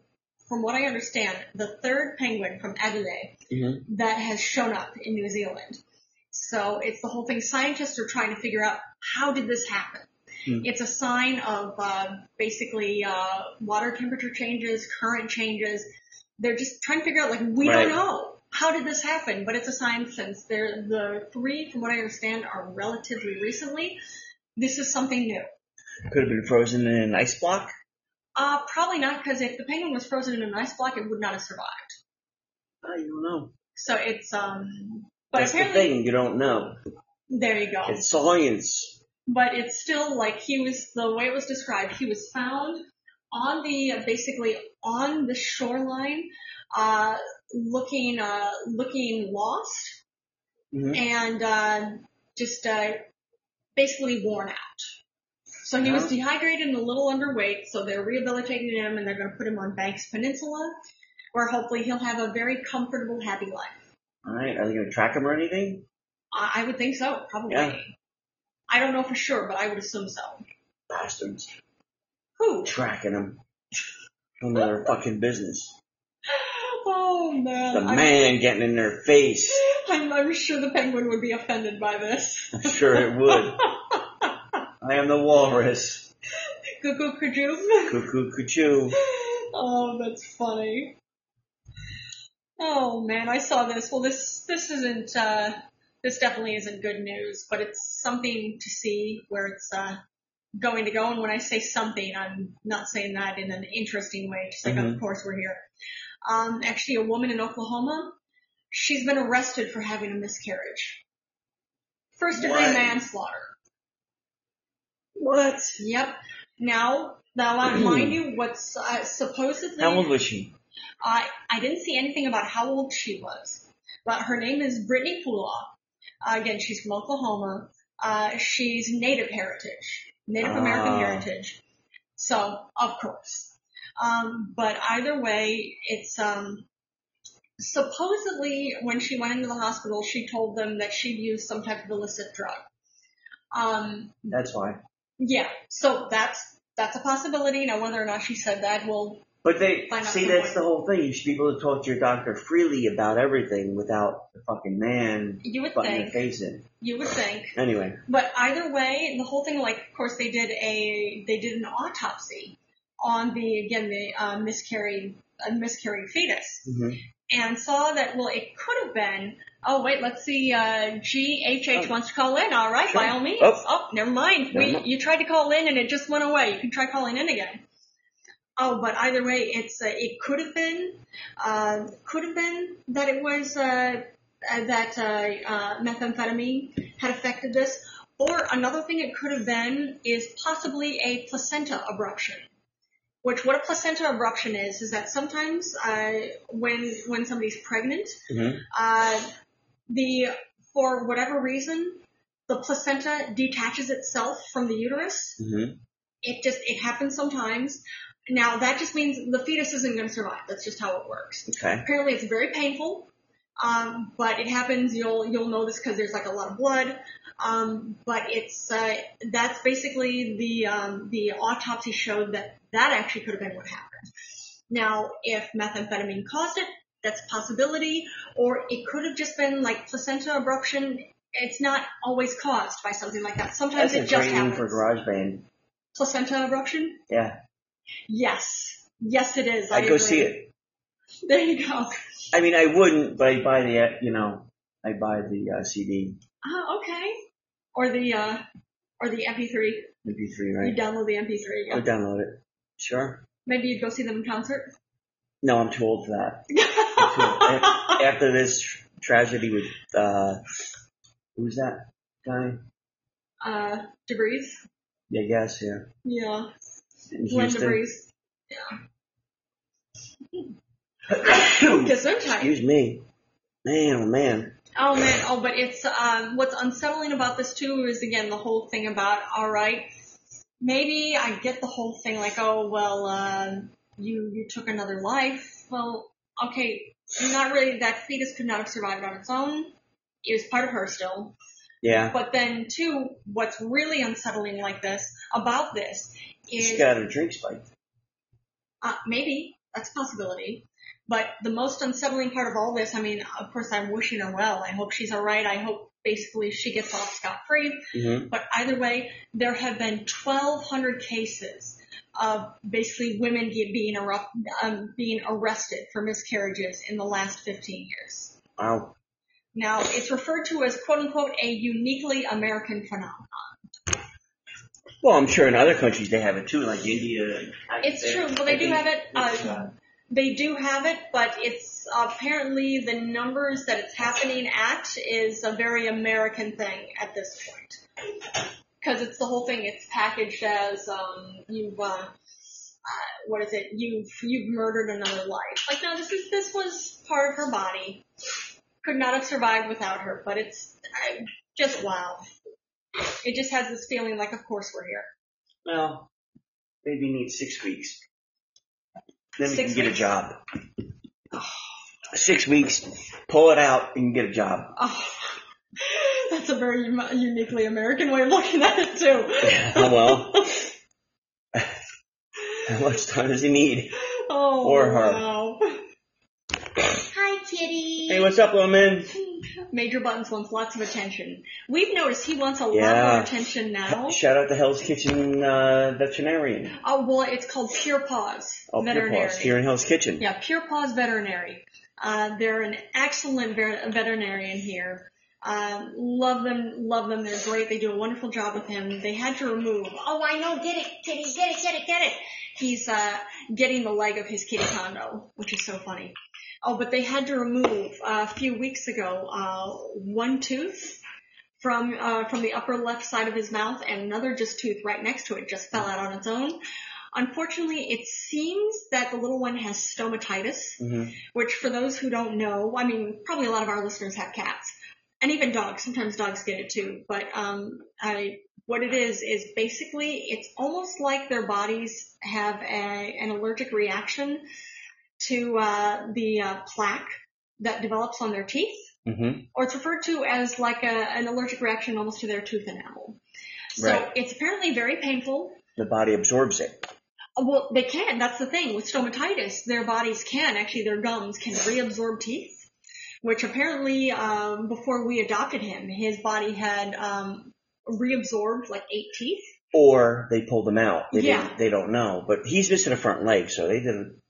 [SPEAKER 1] from what I understand, the third penguin from Adelaide
[SPEAKER 2] Mm-hmm.
[SPEAKER 1] that has shown up in New Zealand. So it's the whole thing. Scientists are trying to figure out how did this happen.
[SPEAKER 2] Hmm.
[SPEAKER 1] It's a sign of uh, basically uh, water temperature changes, current changes. They're just trying to figure out like we
[SPEAKER 2] Right.
[SPEAKER 1] don't know how did this happen, but it's a sign since they're the three, from what I understand, are relatively recently. This is something new.
[SPEAKER 2] Could have been frozen in an ice block.
[SPEAKER 1] Uh, probably not because if the penguin was frozen in an ice block, it would not have survived.
[SPEAKER 2] I don't know.
[SPEAKER 1] So it's um, but
[SPEAKER 2] That's the
[SPEAKER 1] apparently
[SPEAKER 2] thing. You don't know.
[SPEAKER 1] there you go.
[SPEAKER 2] It's science.
[SPEAKER 1] but it's still like he was the way it was described. He was found on the basically on the shoreline, uh, looking uh, looking lost
[SPEAKER 2] Mm-hmm.
[SPEAKER 1] and uh, just uh, basically worn out. So he was
[SPEAKER 2] Yeah.
[SPEAKER 1] dehydrated and a little underweight. So they're rehabilitating him and they're going to put him on Banks Peninsula, where hopefully he'll have a very comfortable, happy life.
[SPEAKER 2] All right. Are they going to track him or anything?
[SPEAKER 1] I, I would think so, probably.
[SPEAKER 2] Yeah.
[SPEAKER 1] I don't know for sure, but I would assume so.
[SPEAKER 2] Bastards.
[SPEAKER 1] Who?
[SPEAKER 2] Tracking him. None of their fucking business.
[SPEAKER 1] Oh man,
[SPEAKER 2] The
[SPEAKER 1] I'm,
[SPEAKER 2] man getting in their face.
[SPEAKER 1] I'm, I'm sure the penguin would be offended by this.
[SPEAKER 2] I'm sure it would. I am the walrus.
[SPEAKER 1] Cuckoo kajoo.
[SPEAKER 2] Cuckoo cuckoo.
[SPEAKER 1] Oh, that's funny. Oh man, I saw this. Well, this this isn't uh, this definitely isn't good news, but it's something to see where it's uh, going to go. And when I say something, I'm not saying that in an interesting way. Just like,
[SPEAKER 2] Mhm.
[SPEAKER 1] of course, we're here. Um, actually, a woman in Oklahoma, she's been arrested for having a miscarriage, first degree
[SPEAKER 2] What?
[SPEAKER 1] manslaughter.
[SPEAKER 2] What?
[SPEAKER 1] Yep. Now, now, I mind you, what's uh, supposedly
[SPEAKER 2] How old was she?
[SPEAKER 1] I, I didn't see anything about how old she was, but her name is Brittany Pula. Uh, again, she's from Oklahoma. Uh, she's Native heritage, Native American
[SPEAKER 2] Ah.
[SPEAKER 1] heritage. So, of course. Um, but either way, it's, um, supposedly when she went into the hospital, she told them that she'd used some type of illicit drug. Um,
[SPEAKER 2] That's why.
[SPEAKER 1] yeah, so that's that's a possibility. Now, whether or not she said that, well,
[SPEAKER 2] But they
[SPEAKER 1] Find out
[SPEAKER 2] see
[SPEAKER 1] some
[SPEAKER 2] that's
[SPEAKER 1] way.
[SPEAKER 2] the whole thing. You should be able to talk to your doctor freely about everything without the fucking man
[SPEAKER 1] You would
[SPEAKER 2] butting your
[SPEAKER 1] think.
[SPEAKER 2] face in.
[SPEAKER 1] You would think.
[SPEAKER 2] Anyway,
[SPEAKER 1] But either way, the whole thing, like, of course, they did a they did an autopsy on the again the uh, miscarried uh, miscarried fetus
[SPEAKER 2] mhm.
[SPEAKER 1] and saw that well it could have been oh wait let's see uh, GHH
[SPEAKER 2] Oh.
[SPEAKER 1] wants to call in all right by
[SPEAKER 2] Sure.
[SPEAKER 1] all means
[SPEAKER 2] Oh.
[SPEAKER 1] oh, never mind
[SPEAKER 2] Never
[SPEAKER 1] we
[SPEAKER 2] mind.
[SPEAKER 1] you tried to call in and it just went away you can try calling in again oh but either way it's uh, it could have been uh, could have been that it was uh, uh, that uh, uh, methamphetamine had affected this or another thing it could have been is possibly a placenta abruption which what a placenta abruption is is that sometimes uh, when when somebody's pregnant,
[SPEAKER 2] Mhm.
[SPEAKER 1] uh, the for whatever reason the placenta detaches itself from the uterus.
[SPEAKER 2] Mhm.
[SPEAKER 1] It just it happens sometimes. Now that just means the fetus isn't going to survive. That's just how it works.
[SPEAKER 2] okay,
[SPEAKER 1] Apparently it's very painful, um, but it happens. You'll you'll know this because there's like a lot of blood. Um, but it's uh, that's basically the um, the autopsy showed that that actually could have been what happened. Now, if methamphetamine caused it, that's a possibility, or it could have just been like placenta abruption. It's not always caused by something like that. Sometimes
[SPEAKER 2] that's
[SPEAKER 1] it
[SPEAKER 2] a
[SPEAKER 1] just
[SPEAKER 2] great name
[SPEAKER 1] happens.
[SPEAKER 2] for GarageBand.
[SPEAKER 1] placenta abruption?
[SPEAKER 2] Yeah,
[SPEAKER 1] Yes, yes, it is. I
[SPEAKER 2] I'd go
[SPEAKER 1] agree.
[SPEAKER 2] see it.
[SPEAKER 1] There you go.
[SPEAKER 2] I mean, I wouldn't, but I buy the uh, you know, I buy the uh, CD,
[SPEAKER 1] Oh, okay. Or the uh, or the MP3.
[SPEAKER 2] MP3,
[SPEAKER 1] You
[SPEAKER 2] right?
[SPEAKER 1] download the MP3.
[SPEAKER 2] Go
[SPEAKER 1] Yeah.
[SPEAKER 2] download it. Sure.
[SPEAKER 1] Maybe you'd go see them in concert.
[SPEAKER 2] No, I'm too old for that. I'm too old. A- After this tragedy with uh, who's that guy?
[SPEAKER 1] uh, Debris.
[SPEAKER 2] Yeah, I guess yeah.
[SPEAKER 1] Yeah.
[SPEAKER 2] In
[SPEAKER 1] Glenn
[SPEAKER 2] Houston.
[SPEAKER 1] Debris. Gesundheit.
[SPEAKER 2] Excuse me. Man, oh man.
[SPEAKER 1] Oh man. Oh, but it's um, what's unsettling about this too is again the whole thing about all right. Maybe I get the whole thing like oh well um, you you took another life. Well okay, not really. That fetus could not have survived on its own. It was part of her still.
[SPEAKER 2] Yeah.
[SPEAKER 1] But then, too, what's really unsettling like this about this
[SPEAKER 2] She
[SPEAKER 1] is
[SPEAKER 2] got a drink spike.
[SPEAKER 1] uh, maybe that's a possibility. But the most unsettling part of all this, I mean, of course, I'm wishing her well. I hope she's all right. I hope basically she gets off scot free.
[SPEAKER 2] Mm-hmm.
[SPEAKER 1] But either way, there have been 1,200 cases of basically women get- being arru- um, being arrested for miscarriages in the last 15 years.
[SPEAKER 2] Wow.
[SPEAKER 1] Now, it's referred to as quote unquote a uniquely American phenomenon.
[SPEAKER 2] Well, I'm sure in other countries they have it too, like India.
[SPEAKER 1] It's true. Well, they do have it. Uh, they do have it, but it's apparently the numbers that it's happening at is a very American thing at this point. Because it's the whole thing. It's packaged as um, you've uh, uh, what is it? You've you've murdered another life. Like no, this is this was part of her body. Could not have survived without her. But it's I, just wow. It just has this feeling like, of course we're here.
[SPEAKER 2] Well, maybe need six weeks. Then we
[SPEAKER 1] Six
[SPEAKER 2] can get a
[SPEAKER 1] weeks?
[SPEAKER 2] job. Six weeks, pull it out and get a job.
[SPEAKER 1] Oh, that's a very uni- uniquely American way of looking at it too.
[SPEAKER 2] oh well. How much time does he need?
[SPEAKER 1] Oh,
[SPEAKER 2] Or her.
[SPEAKER 1] wow. Hi, kitty.
[SPEAKER 2] Hey, what's up, little man?
[SPEAKER 1] Major Buttons wants lots of attention. We've noticed he wants a lot
[SPEAKER 2] Yeah.
[SPEAKER 1] more attention now.
[SPEAKER 2] Shout out to Hell's Kitchen uh, veterinarian.
[SPEAKER 1] Oh, well, it's called Pure Paws
[SPEAKER 2] Oh, Pure
[SPEAKER 1] Veterinary.
[SPEAKER 2] Paws here in Hell's Kitchen.
[SPEAKER 1] Yeah, Pure Paws Veterinary. Uh, they're an excellent ver- veterinarian here. Uh, love them, love them. They're great. They do a wonderful job with him. They had to remove. Oh, I know. Get it, kitty. Get it, get it, get it. He's uh, getting the leg of his kitty condo, which is so funny. Oh, but they had to remove uh, a few weeks ago uh, one tooth from uh, from the upper left side of his mouth, and another just tooth right next to it just fell out on its own. Unfortunately, it seems that the little one has stomatitis,
[SPEAKER 2] hmm
[SPEAKER 1] which for those who don't know, I mean, probably a lot of our listeners have cats and even dogs. Sometimes dogs get it too, but, um, I, what it is, is basically it's almost like their bodies have a, an allergic reaction to, uh, the uh, plaque that develops on their teeth
[SPEAKER 2] hmm
[SPEAKER 1] or it's referred to as like a, an allergic reaction almost to their tooth enamel. So
[SPEAKER 2] Right.
[SPEAKER 1] it's apparently very painful.
[SPEAKER 2] The body absorbs it.
[SPEAKER 1] Well, they can. That's the thing with stomatitis. Their bodies can actually, their gums can reabsorb teeth, which apparently um, before we adopted him, his body had um, reabsorbed like eight teeth.
[SPEAKER 2] Or they pulled them out. They
[SPEAKER 1] Yeah.
[SPEAKER 2] didn't, they don't know. But he's missing a front leg, so they didn't.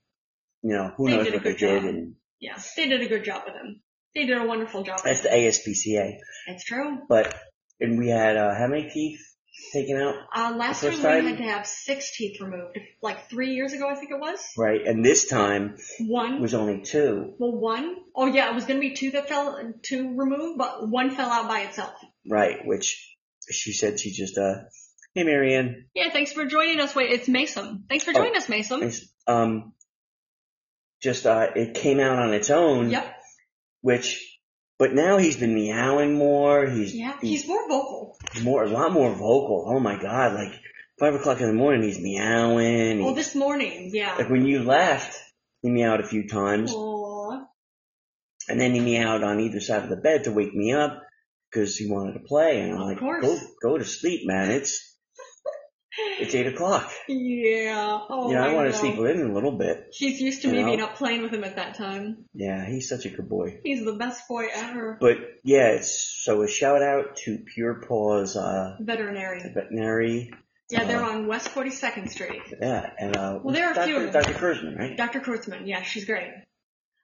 [SPEAKER 2] You know who
[SPEAKER 1] They
[SPEAKER 2] knows
[SPEAKER 1] did a
[SPEAKER 2] what they
[SPEAKER 1] good
[SPEAKER 2] did,
[SPEAKER 1] job.
[SPEAKER 2] and
[SPEAKER 1] Yeah, they did a good job with him. They did a wonderful job.
[SPEAKER 2] that's
[SPEAKER 1] With
[SPEAKER 2] the
[SPEAKER 1] him.
[SPEAKER 2] ASPCA.
[SPEAKER 1] That's true.
[SPEAKER 2] But and we had uh, how many teeth taken out?
[SPEAKER 1] Uh, last
[SPEAKER 2] The
[SPEAKER 1] time we
[SPEAKER 2] first time-
[SPEAKER 1] had to have six teeth removed, like three years ago, I think it was.
[SPEAKER 2] Right, and this time it
[SPEAKER 1] One
[SPEAKER 2] was only two.
[SPEAKER 1] Well, one, oh yeah, it was gonna be two that fell, two removed, but one fell out by itself.
[SPEAKER 2] Right, which she said she just uh, hey Marianne,
[SPEAKER 1] Yeah, thanks for joining us. Wait, it's Mason. Thanks for
[SPEAKER 2] Oh.
[SPEAKER 1] joining us, Mason.
[SPEAKER 2] It's, um, just uh, it came out on its own.
[SPEAKER 1] Yep.
[SPEAKER 2] Which, but now he's been meowing more. He's
[SPEAKER 1] Yeah, he's more vocal.
[SPEAKER 2] more a lot more vocal. Oh my god! Like five o'clock in the morning, he's meowing.
[SPEAKER 1] Well,
[SPEAKER 2] He-
[SPEAKER 1] this morning, yeah.
[SPEAKER 2] like when you left, he meowed a few times,
[SPEAKER 1] Aw.
[SPEAKER 2] and then he meowed on either side of the bed to wake me up because he wanted to play. And I'm
[SPEAKER 1] Of
[SPEAKER 2] like,
[SPEAKER 1] course.
[SPEAKER 2] go go to sleep, man. It's it's eight o'clock.
[SPEAKER 1] Yeah. Oh,
[SPEAKER 2] you know, I want to
[SPEAKER 1] know.
[SPEAKER 2] sleep within a little bit.
[SPEAKER 1] He's used to
[SPEAKER 2] You
[SPEAKER 1] me
[SPEAKER 2] know?
[SPEAKER 1] being up playing with him at that time.
[SPEAKER 2] Yeah, he's such a good boy.
[SPEAKER 1] He's the best boy ever.
[SPEAKER 2] But yeah, it's, so a shout out to Pure Paws uh,
[SPEAKER 1] Veterinarian.
[SPEAKER 2] Veterinary.
[SPEAKER 1] Yeah, they're
[SPEAKER 2] Uh,
[SPEAKER 1] on West 42nd Street.
[SPEAKER 2] Yeah, and uh,
[SPEAKER 1] Well, there are a
[SPEAKER 2] Dr.
[SPEAKER 1] few of them.
[SPEAKER 2] Dr. Kurzman, right?
[SPEAKER 1] Dr. Kurtzman, yeah, she's great.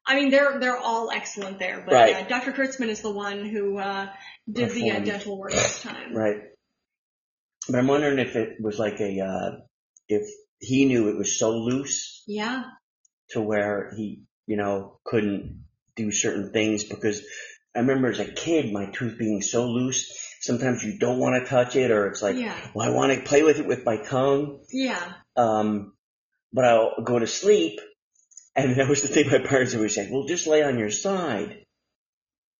[SPEAKER 1] I mean, they're they're all excellent there, but
[SPEAKER 2] Right.
[SPEAKER 1] yeah, Dr. Kurtzman is the one who uh, did the uh,
[SPEAKER 2] Performed.
[SPEAKER 1] dental work this time.
[SPEAKER 2] Right. But I'm wondering if it was like a uh, if he knew it was so loose
[SPEAKER 1] Yeah,
[SPEAKER 2] to where he you know couldn't do certain things because I remember as a kid my tooth being so loose sometimes you don't want to touch it or it's like
[SPEAKER 1] yeah,
[SPEAKER 2] well I want to play with it with my tongue
[SPEAKER 1] yeah.
[SPEAKER 2] um, but I'll go to sleep. And that was the thing my parents always said, well, just lay on your side.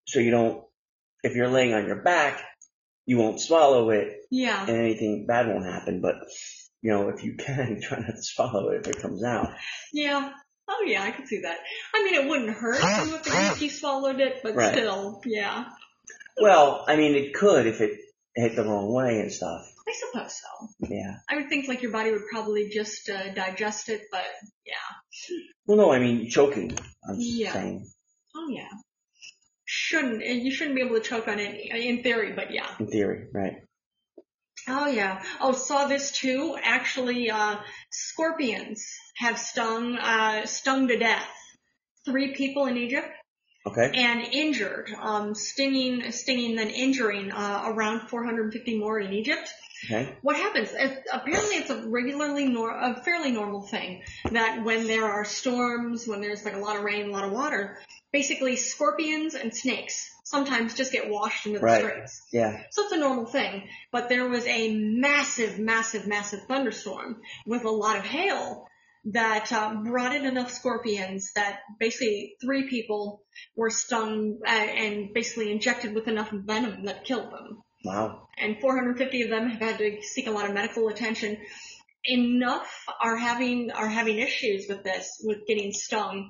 [SPEAKER 2] So you don't, if you're laying on your back, you won't swallow it
[SPEAKER 1] Yeah.
[SPEAKER 2] and anything bad won't happen. But, you know, if you can, try not to swallow it if it comes out.
[SPEAKER 1] Yeah. Oh yeah, I could see that. I mean, it wouldn't hurt you if the you swallowed it, but
[SPEAKER 2] Right.
[SPEAKER 1] still, yeah.
[SPEAKER 2] Well, I mean, it could if it hit the wrong way and stuff.
[SPEAKER 1] I suppose so.
[SPEAKER 2] Yeah.
[SPEAKER 1] I would think like your body would probably just uh, digest it, but
[SPEAKER 2] Well, no, I mean, choking. I'm just
[SPEAKER 1] Yeah.
[SPEAKER 2] saying,
[SPEAKER 1] oh yeah, shouldn't and you shouldn't be able to choke on it in theory, but yeah.
[SPEAKER 2] in theory, right?
[SPEAKER 1] Oh yeah. Oh, saw this too. Actually, uh, scorpions have stung, uh, stung to death three people in Egypt
[SPEAKER 2] Okay.
[SPEAKER 1] and injured, um, stinging, stinging, then injuring uh, around 450 more in Egypt.
[SPEAKER 2] Okay.
[SPEAKER 1] What happens? It, apparently, it's a regularly nor- a fairly normal thing that when there are storms, when there's like a lot of rain, a lot of water, basically scorpions and snakes sometimes just get washed into the
[SPEAKER 2] Right.
[SPEAKER 1] streets.
[SPEAKER 2] Yeah.
[SPEAKER 1] So it's a normal thing, but there was a massive, massive, massive thunderstorm with a lot of hail that uh, brought in enough scorpions that basically three people were stung uh, and basically injected with enough venom that killed them.
[SPEAKER 2] Wow.
[SPEAKER 1] And 450 of them have had to seek a lot of medical attention. Enough are having are having issues with this, with getting stung,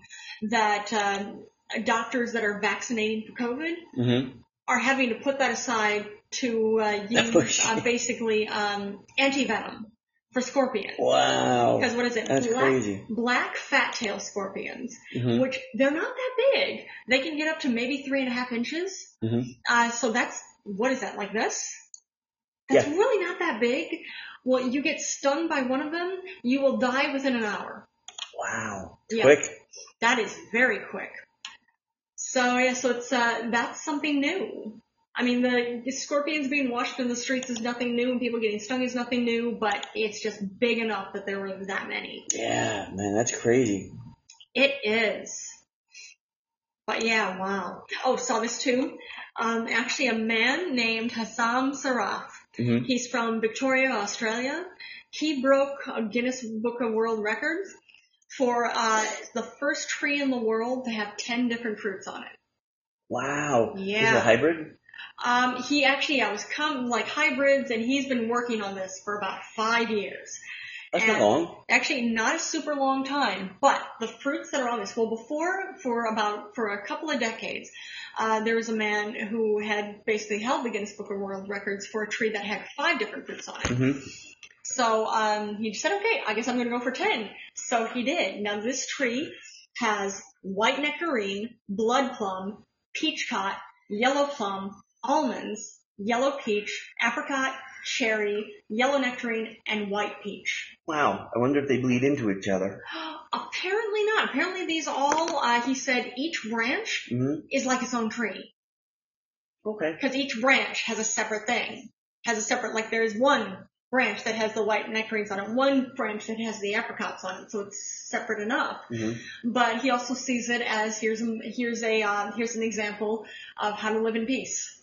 [SPEAKER 1] that um, doctors that are vaccinating for COVID
[SPEAKER 2] Mm-hmm.
[SPEAKER 1] are having to put that aside to uh, use uh, basically um, antivenom for scorpions.
[SPEAKER 2] Wow.
[SPEAKER 1] Because what is it?
[SPEAKER 2] Oh, That's
[SPEAKER 1] black,
[SPEAKER 2] crazy.
[SPEAKER 1] Black fat tail scorpions,
[SPEAKER 2] Mm-hmm.
[SPEAKER 1] which they're not that big. They can get up to maybe three and a half inches.
[SPEAKER 2] Mhm.
[SPEAKER 1] Uh, so that's what is that like this? That's
[SPEAKER 2] Yeah.
[SPEAKER 1] really not that big. Well, you get stung by one of them, you will die within an hour.
[SPEAKER 2] Wow.
[SPEAKER 1] Yeah.
[SPEAKER 2] Quick.
[SPEAKER 1] That is very quick. So yeah, so it's uh, that's something new. I mean, the, the scorpions being washed in the streets is nothing new, and people getting stung is nothing new. But it's just big enough that there were that many.
[SPEAKER 2] Yeah, man, that's crazy.
[SPEAKER 1] It is. But yeah, wow. Oh, saw this too. Um, actually, a man named Hassam Saraf.
[SPEAKER 2] Mhm.
[SPEAKER 1] He's from Victoria, Australia. He broke a Guinness Book of World Records for uh, the first tree in the world to have ten different fruits on it.
[SPEAKER 2] Wow. Is it
[SPEAKER 1] Yeah.
[SPEAKER 2] a hybrid?
[SPEAKER 1] Um, he actually, I was come like hybrids, and he's been working on this for about five years.
[SPEAKER 2] That's
[SPEAKER 1] And-
[SPEAKER 2] not long.
[SPEAKER 1] Actually, not a super long time, but the fruits that are on this. Well, before, for about, for a couple of decades, uh, there was a man who had basically held the Guinness Book of World Records for a tree that had five different fruits on it.
[SPEAKER 2] hmm
[SPEAKER 1] So um, he said, okay, I guess I'm going to go for 10. So he did. Now this tree has white nectarine, blood plum, peachcot, yellow plum, almonds, yellow peach, apricot, cherry, yellow nectarine, and white peach.
[SPEAKER 2] Wow. I wonder if they bleed into each other.
[SPEAKER 1] Apparently not. Apparently these all, uh, he said, each branch
[SPEAKER 2] hmm
[SPEAKER 1] is like its own tree
[SPEAKER 2] Okay.
[SPEAKER 1] because each branch has a separate thing, has a separate like there's one branch that has the white nectarines on it, one branch that has the apricots on it, so it's separate enough.
[SPEAKER 2] hmm
[SPEAKER 1] But he also sees it as here's a, here's a um, here's an example of how to live in peace,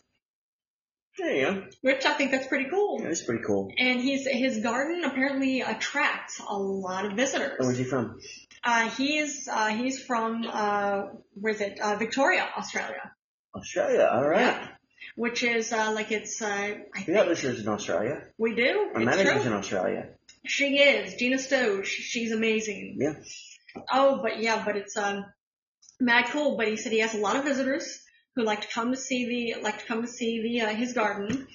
[SPEAKER 2] There you go.
[SPEAKER 1] which I think that's pretty cool.
[SPEAKER 2] Yeah, that's pretty cool.
[SPEAKER 1] And he's his garden apparently attracts a lot of visitors.
[SPEAKER 2] Oh, where's he from?
[SPEAKER 1] Uh, he's uh, he's from uh, where's it uh, Victoria, Australia,
[SPEAKER 2] Australia. All right.
[SPEAKER 1] which is uh, like it's uh, I
[SPEAKER 2] We
[SPEAKER 1] think
[SPEAKER 2] got listeners in Australia.
[SPEAKER 1] we do.
[SPEAKER 2] Our
[SPEAKER 1] It's true.
[SPEAKER 2] manager's in Australia.
[SPEAKER 1] She is Gina Stowe. Sh- She's amazing.
[SPEAKER 2] Yeah.
[SPEAKER 1] Oh, but yeah, but it's um mad cool. But he said he has a lot of visitors who like to come to see the like to come to see the uh, his garden,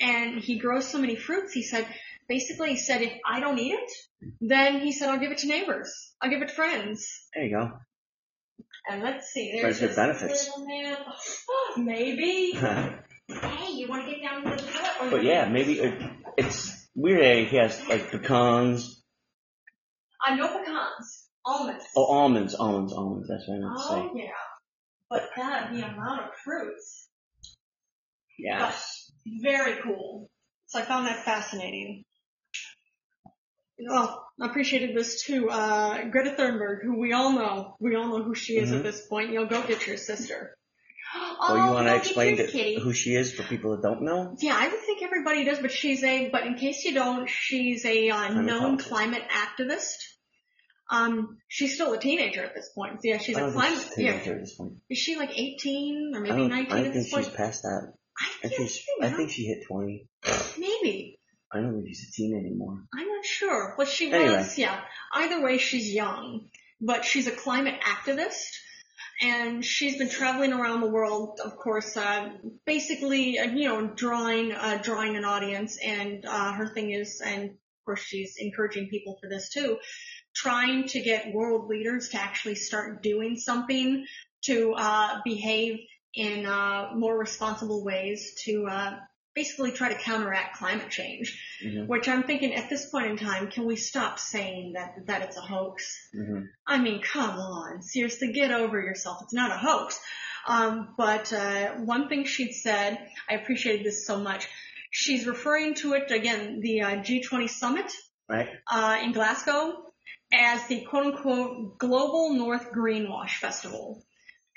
[SPEAKER 1] and he grows so many fruits. He said basically he said if I don't eat it, then he said I'll give it to neighbors. I'll give it to friends.
[SPEAKER 2] There you go.
[SPEAKER 1] And let's see,
[SPEAKER 2] Friends
[SPEAKER 1] there's this
[SPEAKER 2] with benefits.
[SPEAKER 1] little man. Oh, maybe.
[SPEAKER 2] but
[SPEAKER 1] hey, you want to get down to the toilet? Or you-
[SPEAKER 2] yeah, maybe it, it's weird. that He has like pecans.
[SPEAKER 1] Uh, no pecans. Almonds.
[SPEAKER 2] Oh, almonds, almonds, almonds. That's what I meant to
[SPEAKER 1] Oh
[SPEAKER 2] say.
[SPEAKER 1] yeah, but that the amount of fruits,
[SPEAKER 2] Yes.
[SPEAKER 1] very cool. So I found that fascinating. Oh, I appreciated this too. Uh, Greta Thunberg, who we all know, we all know who she is
[SPEAKER 2] Mhm.
[SPEAKER 1] at this point. You know, go get your sister. Oh,
[SPEAKER 2] Well, you
[SPEAKER 1] go
[SPEAKER 2] want to
[SPEAKER 1] get
[SPEAKER 2] explain
[SPEAKER 1] your
[SPEAKER 2] that-
[SPEAKER 1] kitty.
[SPEAKER 2] who she is for people that don't know?
[SPEAKER 1] Yeah, I would think everybody does, but she's a, but in case you don't, she's a uh,
[SPEAKER 2] Climate
[SPEAKER 1] known
[SPEAKER 2] policy.
[SPEAKER 1] climate activist. Um, she's still a teenager at this point. Yeah, she's
[SPEAKER 2] I
[SPEAKER 1] a
[SPEAKER 2] don't think
[SPEAKER 1] climate,
[SPEAKER 2] Oh, she's a
[SPEAKER 1] yeah.
[SPEAKER 2] teenager at this point.
[SPEAKER 1] Is she like 18 or
[SPEAKER 2] I
[SPEAKER 1] maybe
[SPEAKER 2] don't.
[SPEAKER 1] 19
[SPEAKER 2] I
[SPEAKER 1] at
[SPEAKER 2] think
[SPEAKER 1] this
[SPEAKER 2] she's
[SPEAKER 1] point?
[SPEAKER 2] past that.
[SPEAKER 1] I
[SPEAKER 2] I
[SPEAKER 1] can't
[SPEAKER 2] think. She, I
[SPEAKER 1] huh?
[SPEAKER 2] think she hit twenty.
[SPEAKER 1] maybe.
[SPEAKER 2] I don't think she's a teen anymore.
[SPEAKER 1] I'm not sure. But she
[SPEAKER 2] Anyway.
[SPEAKER 1] was, yeah. Either way, she's young. But she's a climate activist. And she's been traveling around the world, of course, uh, basically, uh, you know, drawing, uh, drawing an audience. And, uh, her thing is, and of course she's encouraging people for this too, trying to get world leaders to actually start doing something to, uh, behave in, uh, more responsible ways to, uh, basically try to counteract climate change.
[SPEAKER 2] hmm
[SPEAKER 1] Which I'm thinking at this point in time, can we stop saying that that it's a hoax?
[SPEAKER 2] hmm
[SPEAKER 1] I mean, come on, seriously, get over yourself. It's not a hoax. Um, but uh, one thing she'd said, I appreciated this so much. She's referring to it again, the uh, G20 summit
[SPEAKER 2] Right.
[SPEAKER 1] uh, in Glasgow, as the quote-unquote global North Greenwash Festival.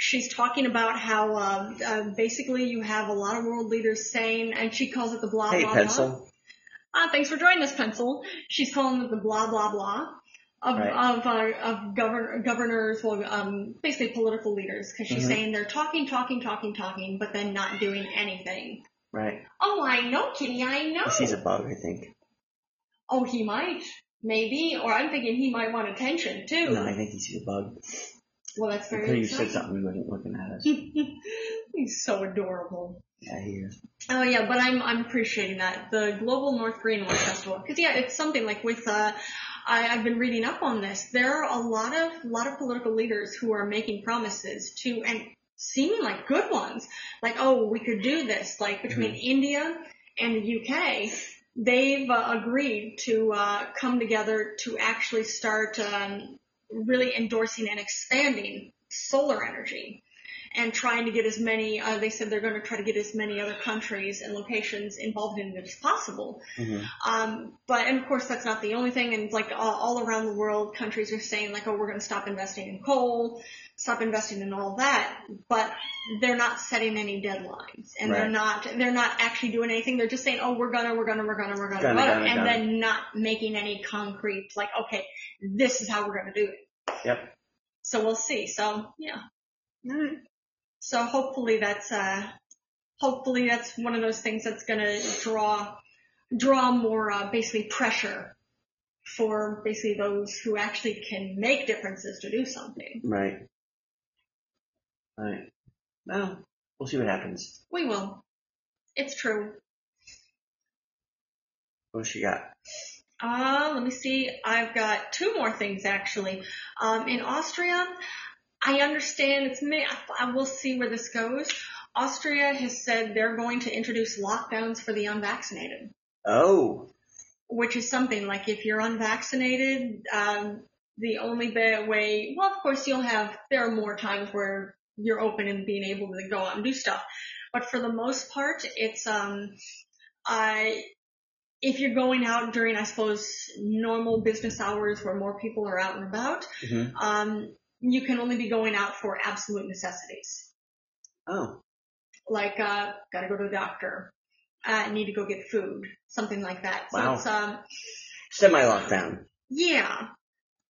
[SPEAKER 1] She's talking about how uh, uh, basically you have a lot of world leaders saying, and she calls it the blah
[SPEAKER 2] hey,
[SPEAKER 1] blah blah.
[SPEAKER 2] pencil.
[SPEAKER 1] Ah, thanks for joining us, Pencil. She's calling it the blah blah blah of
[SPEAKER 2] Right.
[SPEAKER 1] of uh, of govern governors, well, um, basically political leaders, because she's
[SPEAKER 2] Mhm.
[SPEAKER 1] saying they're talking, talking, talking, talking, but then not doing anything.
[SPEAKER 2] Right.
[SPEAKER 1] Oh, I know, Kitty, I know.
[SPEAKER 2] She's a bug, I think.
[SPEAKER 1] oh, he might, maybe, or I'm thinking he might want attention too.
[SPEAKER 2] No, I think he's a bug.
[SPEAKER 1] Well, that's very
[SPEAKER 2] Until you said
[SPEAKER 1] exciting.
[SPEAKER 2] something, he wasn't looking at us.
[SPEAKER 1] He's so adorable.
[SPEAKER 2] Yeah, he is.
[SPEAKER 1] Oh yeah, but I'm I'm appreciating that the Global North Greenwash Festival because yeah, it's something like with uh, I, I've been reading up on this. There are a lot of lot of political leaders who are making promises to and seeming like good ones, like oh we could do this. Like between India and the UK, they've uh, agreed to uh, come together to actually start um, really endorsing and expanding solar energy and trying to get as many, uh, they said they're going to try to get as many other countries and locations involved in it as possible.
[SPEAKER 2] hmm
[SPEAKER 1] Um, but, and of course, that's not the only thing. And like all, all around the world, countries are saying like, oh, we're going to stop investing in coal, stop investing in all that. But they're not setting any deadlines and they're
[SPEAKER 2] Right.
[SPEAKER 1] not, they're not actually doing anything. They're just saying, oh, we're going to, we're going to, we're going to, we're going to,
[SPEAKER 2] Gonna, gonna,
[SPEAKER 1] and
[SPEAKER 2] gonna.
[SPEAKER 1] then not making any concrete, like, okay, this is how we're going to do it.
[SPEAKER 2] Yep.
[SPEAKER 1] So we'll see. So yeah. So hopefully that's uh hopefully that's one of those things that's gonna draw draw more uh, basically pressure for basically those who actually can make differences to do something.
[SPEAKER 2] Right. Right. Well, we'll see what happens.
[SPEAKER 1] We will. It's true.
[SPEAKER 2] What else you got?
[SPEAKER 1] Uh, let me see. I've got two more things actually. Um, in Austria, I understand it's may, I I will see where this goes. Austria has said they're going to introduce lockdowns for the unvaccinated,
[SPEAKER 2] Oh,
[SPEAKER 1] which is something like if you're unvaccinated, um, the only ba- way, well, of course you'll have, there are more times where you're open and being able to go out and do stuff. But for the most part, it's, um, I, if you're going out during, I suppose, normal business hours where more people are out and about,
[SPEAKER 2] Mhm.
[SPEAKER 1] um, you can only be going out for absolute necessities
[SPEAKER 2] oh,
[SPEAKER 1] like uh gotta go to the doctor uh need to go get food something like that so
[SPEAKER 2] Wow.
[SPEAKER 1] it's um
[SPEAKER 2] semi lockdown.
[SPEAKER 1] yeah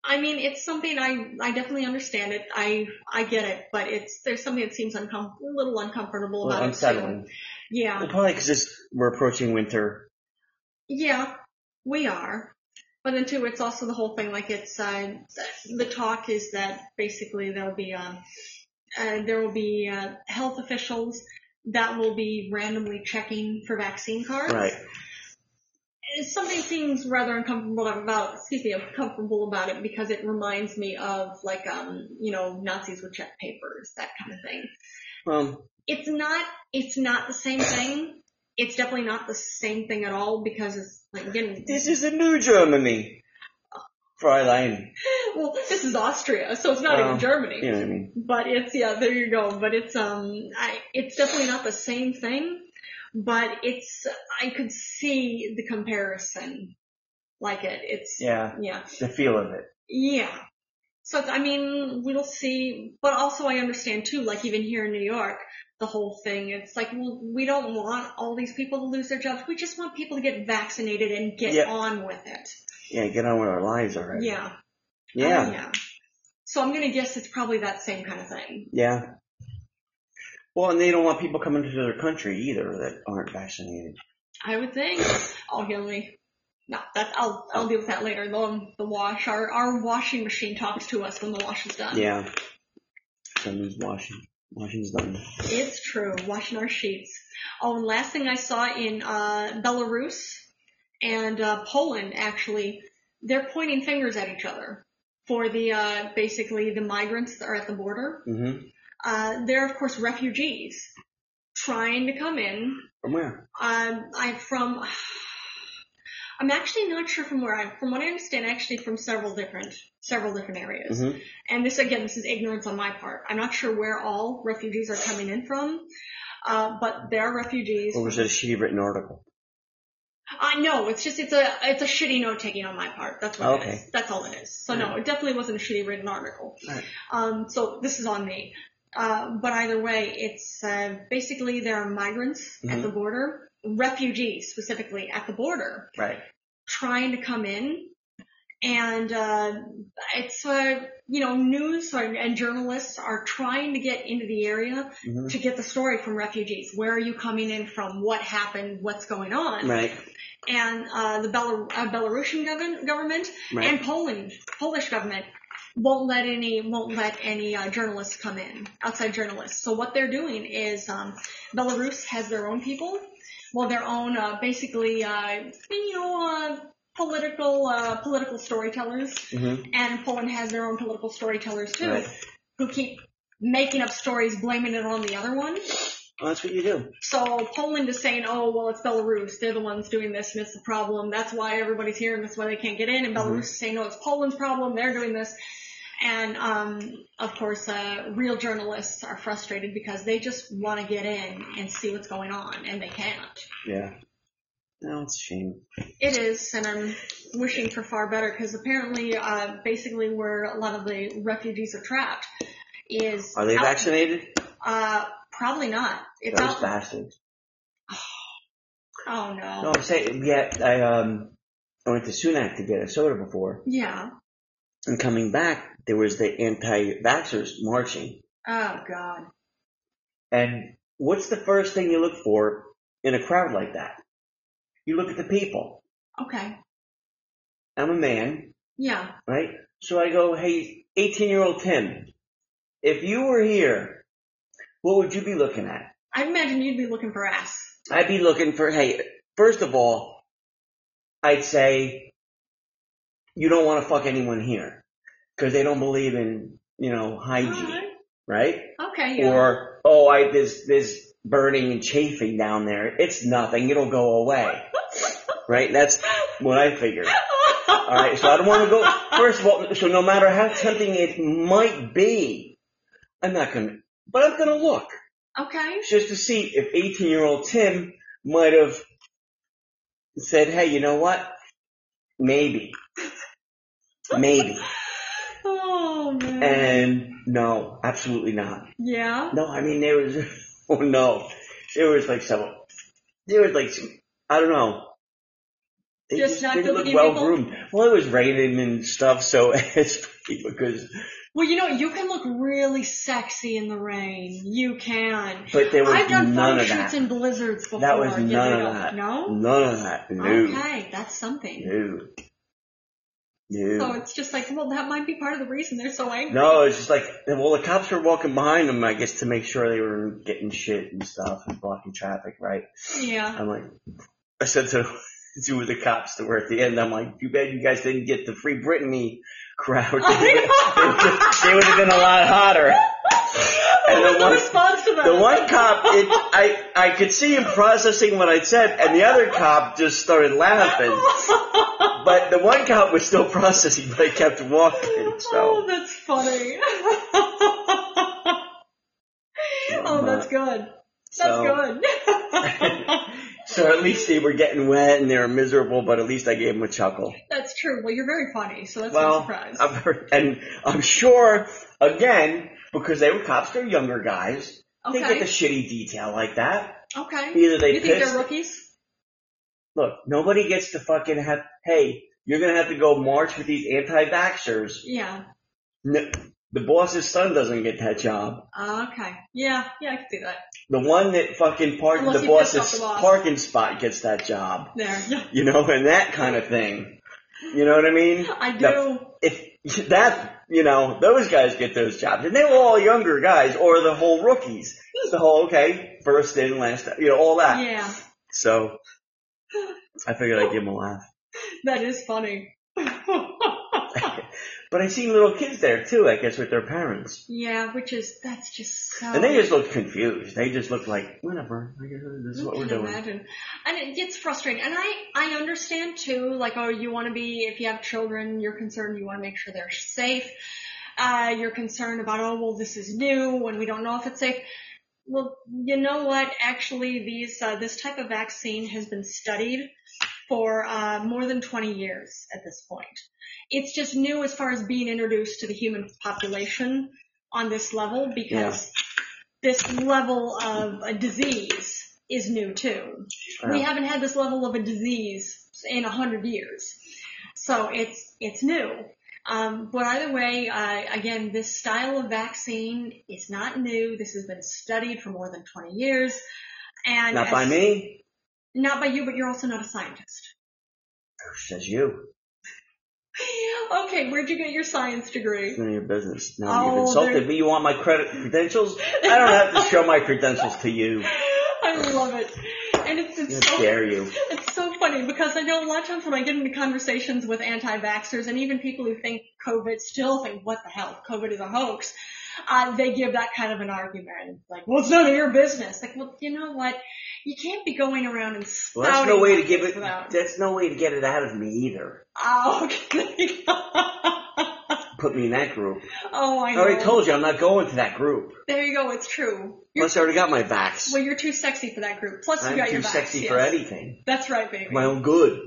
[SPEAKER 1] i mean it's something i i definitely understand it i i get it but it's there's something that seems uncom- a little uncomfortable
[SPEAKER 2] Well,
[SPEAKER 1] about it
[SPEAKER 2] unsettling.
[SPEAKER 1] too. yeah
[SPEAKER 2] Well, probably because we're approaching winter.
[SPEAKER 1] yeah we are but then too it's also the whole thing like it's uh the talk is that basically there'll be um uh, there will be uh, health officials that will be randomly checking for vaccine cards
[SPEAKER 2] Right.
[SPEAKER 1] something seems rather uncomfortable about excuse me uncomfortable about it because it reminds me of like um you know nazis with check papers that kind of thing
[SPEAKER 2] Um,
[SPEAKER 1] it's not it's not the same thing it's definitely not the same thing at all because it's like again
[SPEAKER 2] this is a new Germany. Fräulein.
[SPEAKER 1] well this is austria so it's not
[SPEAKER 2] Well,
[SPEAKER 1] even germany
[SPEAKER 2] You know what I mean?
[SPEAKER 1] but it's yeah there you go but it's um I, it's definitely not the same thing but it's i could see the comparison like it it's
[SPEAKER 2] Yeah,
[SPEAKER 1] yeah
[SPEAKER 2] the feel of it.
[SPEAKER 1] Yeah. So I mean, we'll see. But also, I understand too. Like even here in New York, the whole thing. It's like, well, we don't want all these people to lose their jobs. We just want people to get vaccinated and get
[SPEAKER 2] Yeah.
[SPEAKER 1] on with it.
[SPEAKER 2] Yeah, get on with our lives already.
[SPEAKER 1] Yeah.
[SPEAKER 2] Yeah.
[SPEAKER 1] Oh, yeah. So I'm gonna guess it's probably that same kind of thing.
[SPEAKER 2] Yeah. Well, and they don't want people coming into their country either that aren't vaccinated.
[SPEAKER 1] I would think. Oh, he'll me. No, that I'll I'll deal with that later. The the wash our our washing machine talks to us when the wash is done.
[SPEAKER 2] Yeah. Someone's washing. Washing's done.
[SPEAKER 1] It's true. Washing our sheets. Oh, and last thing I saw in uh, Belarus and uh, Poland, actually, they're pointing fingers at each other for the uh, basically the migrants that are at the border.
[SPEAKER 2] Mm-hmm.
[SPEAKER 1] Uh, they're of course refugees trying to come in.
[SPEAKER 2] From where?
[SPEAKER 1] Um, I'm from. I'm actually not sure from where I'm. From what I understand, actually from several different several different areas
[SPEAKER 2] hmm
[SPEAKER 1] and this again, this is ignorance on my part. I'm not sure where all refugees are coming in from, uh, but they're refugees.
[SPEAKER 2] Or was it a shitty written article?
[SPEAKER 1] I know it's just it's a it's a shitty note taking on my part. That's what it
[SPEAKER 2] Okay.
[SPEAKER 1] is. That's all it is. So no, it definitely wasn't a shitty written article.
[SPEAKER 2] Right.
[SPEAKER 1] Um, so this is on me. Uh, but either way, it's uh, basically there are migrants at
[SPEAKER 2] Mhm.
[SPEAKER 1] the border, refugees specifically at the border,
[SPEAKER 2] Right.
[SPEAKER 1] trying to come in. And uh, it's uh, you know news and, and journalists are trying to get into the area
[SPEAKER 2] hmm
[SPEAKER 1] to get the story from refugees. Where are you coming in from? What happened? What's going on?
[SPEAKER 2] Right.
[SPEAKER 1] And uh, the Belar- uh, Belarusian govern- government
[SPEAKER 2] Right.
[SPEAKER 1] and Poland Polish government won't let any won't let any uh, journalists come in outside journalists. So what they're doing is um, Belarus has their own people, well their own uh, basically uh, you know uh, political uh, political storytellers,
[SPEAKER 2] hmm
[SPEAKER 1] and Poland has their own political storytellers too,
[SPEAKER 2] Right.
[SPEAKER 1] who keep making up stories, blaming it on the other one.
[SPEAKER 2] Well, that's what you do.
[SPEAKER 1] So Poland is saying, oh, well, it's Belarus. They're the ones doing this, and it's the problem. That's why everybody's here, and that's why they can't get in. And Belarus
[SPEAKER 2] Mm-hmm.
[SPEAKER 1] is saying, no, it's Poland's problem. They're doing this. And, um, of course, uh, real journalists are frustrated because they just want to get in and see what's going on, and they can't.
[SPEAKER 2] Yeah. No, it's a shame.
[SPEAKER 1] It is, and I'm wishing for far better because apparently, uh, basically where a lot of the refugees are trapped is.
[SPEAKER 2] Are they
[SPEAKER 1] out-
[SPEAKER 2] vaccinated?
[SPEAKER 1] Uh, probably not. It's
[SPEAKER 2] Those
[SPEAKER 1] out.
[SPEAKER 2] bastards.
[SPEAKER 1] Oh,
[SPEAKER 2] No, I'm saying, yeah, I, um, I went to Sunak to get a soda before,
[SPEAKER 1] Yeah.
[SPEAKER 2] and coming back, there was the anti-vaxxers marching.
[SPEAKER 1] Oh, God.
[SPEAKER 2] And what's the first thing you look for in a crowd like that? You look at the people.
[SPEAKER 1] Okay.
[SPEAKER 2] I'm a man,
[SPEAKER 1] Yeah.
[SPEAKER 2] right? So I go, hey, 18-year-old Tim, if you were here, what would you be looking at?
[SPEAKER 1] I imagine you'd be looking for ass.
[SPEAKER 2] I'd be looking for, hey, first of all, I'd say, you don't want to fuck anyone here because they don't believe in you know hygiene,
[SPEAKER 1] Alright.
[SPEAKER 2] right?
[SPEAKER 1] Okay, Uh-huh. yeah.
[SPEAKER 2] Or oh, I there's there's burning and chafing down there. It's nothing. It'll go away, right? That's what I figured. All right, so I don't want to go. First of all, so no matter how tempting it might be, I'm not gonna. But I'm gonna look
[SPEAKER 1] okay.
[SPEAKER 2] just to see if 18 year old Tim might have said, "Hey, you know what? Maybe, maybe."
[SPEAKER 1] Oh man.
[SPEAKER 2] And no, absolutely not.
[SPEAKER 1] yeah.
[SPEAKER 2] No, I mean there was. Oh no, there was like some. There was like some. I don't know. They
[SPEAKER 1] Just
[SPEAKER 2] just,
[SPEAKER 1] not
[SPEAKER 2] didn't
[SPEAKER 1] good
[SPEAKER 2] look
[SPEAKER 1] looking
[SPEAKER 2] well
[SPEAKER 1] people?
[SPEAKER 2] groomed. Well, it was raining and stuff, so it's because.
[SPEAKER 1] Well, you know, you can look really sexy in the rain. You can.
[SPEAKER 2] But there was
[SPEAKER 1] I've done
[SPEAKER 2] none
[SPEAKER 1] photo
[SPEAKER 2] of
[SPEAKER 1] shoots
[SPEAKER 2] that.
[SPEAKER 1] and blizzards before.
[SPEAKER 2] That was
[SPEAKER 1] you
[SPEAKER 2] none
[SPEAKER 1] know.
[SPEAKER 2] of that.
[SPEAKER 1] No.
[SPEAKER 2] None of that. No.
[SPEAKER 1] Okay, that's something.
[SPEAKER 2] No. No.
[SPEAKER 1] So it's just like, well, that might be part of the reason they're so angry.
[SPEAKER 2] No, it's just like, well, the cops were walking behind them, I guess, to make sure they were getting shit and stuff and blocking traffic, right?
[SPEAKER 1] Yeah.
[SPEAKER 2] I'm like, I said to two of the cops that were at the end, I'm like, too bad you guys didn't get the Free Britney crowd. they would have been a lot hotter. And
[SPEAKER 1] What was
[SPEAKER 2] the
[SPEAKER 1] the
[SPEAKER 2] one,
[SPEAKER 1] response to that?
[SPEAKER 2] the one cop, it, I, I could see him processing what I said, and the other cop just started laughing. But the one cop was still processing, but I kept walking,
[SPEAKER 1] Oh,
[SPEAKER 2] so.
[SPEAKER 1] that's funny. oh, that's good. That's
[SPEAKER 2] So-
[SPEAKER 1] good.
[SPEAKER 2] So at least they were getting wet and they were miserable, but at least I gave them a chuckle.
[SPEAKER 1] that's true. Well, you're very funny, so that's no
[SPEAKER 2] well,
[SPEAKER 1] surprise.
[SPEAKER 2] I'm, and I'm sure, again, because they were cops, they're younger guys. They get
[SPEAKER 1] okay.
[SPEAKER 2] the shitty detail like that.
[SPEAKER 1] okay.
[SPEAKER 2] Either they
[SPEAKER 1] you think
[SPEAKER 2] pissed.
[SPEAKER 1] they're rookies?
[SPEAKER 2] Look, nobody gets to fucking have, hey, you're gonna have to go march with these anti-vaxxers.
[SPEAKER 1] Yeah.
[SPEAKER 2] No, the boss's son doesn't get that job.
[SPEAKER 1] Uh, okay. Yeah. Yeah, I can see that.
[SPEAKER 2] The one that fucking parked
[SPEAKER 1] Unless he
[SPEAKER 2] the
[SPEAKER 1] pissed
[SPEAKER 2] boss's
[SPEAKER 1] off the boss.
[SPEAKER 2] parking spot gets that job.
[SPEAKER 1] There. Yeah.
[SPEAKER 2] You know, and that kind of thing. You know what I mean?
[SPEAKER 1] I do.
[SPEAKER 2] No, if that you know those guys get those jobs, and they were all younger guys or the whole rookies. It's the whole okay, first in, last out, you know all that.
[SPEAKER 1] Yeah.
[SPEAKER 2] So I figured I'd give them a laugh.
[SPEAKER 1] That is funny.
[SPEAKER 2] But I seen little kids there too, I guess with their parents,
[SPEAKER 1] yeah, which is, that's just so.
[SPEAKER 2] and they just looked confused. They just looked like whatever. I guess this is
[SPEAKER 1] I
[SPEAKER 2] what we're
[SPEAKER 1] can
[SPEAKER 2] doing.
[SPEAKER 1] imagine. And it gets frustrating. And I, I understand too, like, oh, you want to be, if you have children, you're concerned, you want to make sure they're safe. Uh, you're concerned about, oh, well, this is new and we don't know if it's safe. Well, you know what? Actually, these, uh, this type of vaccine has been studied for, uh, more than 20 years at this point. It's just new as far as being introduced to the human population on this level because this level of a disease is new too. We
[SPEAKER 2] Yeah.
[SPEAKER 1] haven't had this level of a disease in a hundred years, so it's it's new. Um, but either way, uh, again, this style of vaccine is not new. This has been studied for more than 20 years, and
[SPEAKER 2] Not by
[SPEAKER 1] as-
[SPEAKER 2] me.
[SPEAKER 1] Not by you, but you're also not a scientist.
[SPEAKER 2] Who Says you.
[SPEAKER 1] Okay, where'd you get your science degree?
[SPEAKER 2] It's none of your business. Now
[SPEAKER 1] Oh,
[SPEAKER 2] you've
[SPEAKER 1] they're-
[SPEAKER 2] insulted me. You want my credit credentials? I don't have to show my credentials to you.
[SPEAKER 1] I love it, and it's it's
[SPEAKER 2] How
[SPEAKER 1] so
[SPEAKER 2] dare you?
[SPEAKER 1] It's so funny because I know a lot of times when I get into conversations with anti-vaxxers and even people who think COVID still think, what the hell, COVID is a hoax, uh, they give that kind of an argument. Like, well, it's none of your business. Like, well, you know what? You can't be going around and
[SPEAKER 2] Well,
[SPEAKER 1] spouting.
[SPEAKER 2] that's no way to give it.
[SPEAKER 1] Without.
[SPEAKER 2] That's no way to get it out of me either.
[SPEAKER 1] Oh, okay. oh,
[SPEAKER 2] Put me in that group.
[SPEAKER 1] I
[SPEAKER 2] I
[SPEAKER 1] know.
[SPEAKER 2] already told you I'm not going to that group.
[SPEAKER 1] There you go. It's true. You're,
[SPEAKER 2] Plus, I already got my vax.
[SPEAKER 1] well, you're too sexy for that group. Plus, you
[SPEAKER 2] I'm
[SPEAKER 1] got
[SPEAKER 2] too
[SPEAKER 1] your vax,
[SPEAKER 2] sexy
[SPEAKER 1] yes.
[SPEAKER 2] for anything.
[SPEAKER 1] That's right, baby.
[SPEAKER 2] My own good.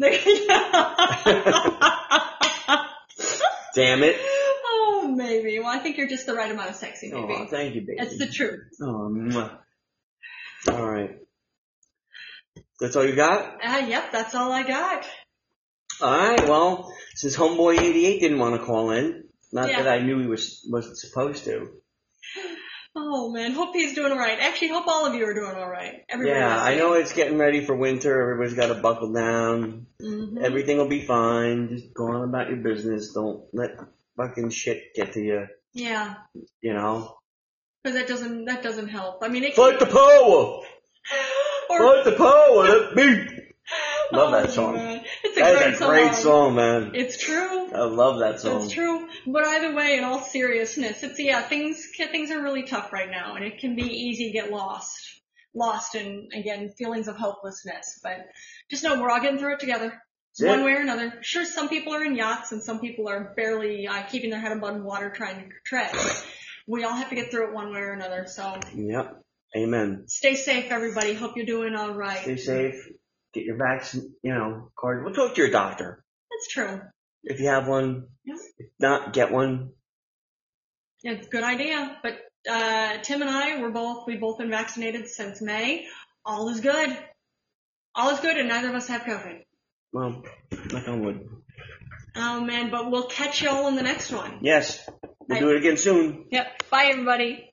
[SPEAKER 2] Damn it.
[SPEAKER 1] oh, maybe. Well, I think you're just the right amount of sexy, maybe.
[SPEAKER 2] Oh, thank you, baby.
[SPEAKER 1] It's the truth.
[SPEAKER 2] oh, mwah. all right. That's all you got.
[SPEAKER 1] Uh, yep, that's all I got.
[SPEAKER 2] All right. Well, since Homeboy eighty eight didn't want to call in, not
[SPEAKER 1] Yeah.
[SPEAKER 2] that I knew he was wasn't supposed to.
[SPEAKER 1] Oh man, hope he's doing all right. Actually, hope all of you are doing all right. Everybody
[SPEAKER 2] Yeah, I know it's getting ready for winter. Everybody's got to buckle down.
[SPEAKER 1] hmm
[SPEAKER 2] Everything will be fine. Just go on about your business. Don't let fucking shit get to you.
[SPEAKER 1] Yeah,
[SPEAKER 2] You know.
[SPEAKER 1] because that doesn't that doesn't help. I mean, it
[SPEAKER 2] Fight the power.
[SPEAKER 1] or
[SPEAKER 2] Fight the power. Let me.
[SPEAKER 1] oh,
[SPEAKER 2] Love that song.
[SPEAKER 1] man. it's a
[SPEAKER 2] That
[SPEAKER 1] great,
[SPEAKER 2] is a great
[SPEAKER 1] song.
[SPEAKER 2] song, man.
[SPEAKER 1] It's true.
[SPEAKER 2] I love that song.
[SPEAKER 1] It's true, but either way, in all seriousness, it's yeah, things things are really tough right now, and it can be easy to get lost, lost in again feelings of hopelessness. But just know we're all getting through it together,
[SPEAKER 2] That's
[SPEAKER 1] one
[SPEAKER 2] it.
[SPEAKER 1] way or another. Sure, some people are in yachts, and some people are barely uh, keeping their head above water, trying to tread. But we all have to get through it one way or another. So
[SPEAKER 2] Yep. Amen.
[SPEAKER 1] stay safe, everybody. Hope you're doing all right.
[SPEAKER 2] Stay safe. Get your vaccine, you know, card. We'll talk to your doctor
[SPEAKER 1] That's true.
[SPEAKER 2] if you have one.
[SPEAKER 1] Yeah.
[SPEAKER 2] If not, get one.
[SPEAKER 1] Yeah, good idea. But uh, Tim and I were both we both been vaccinated since May. All is good. All is good, and neither of us have COVID.
[SPEAKER 2] Well, knock on wood.
[SPEAKER 1] Oh man, but we'll catch y'all in the next one.
[SPEAKER 2] Yes. We'll do it again soon.
[SPEAKER 1] Yep. Bye, everybody.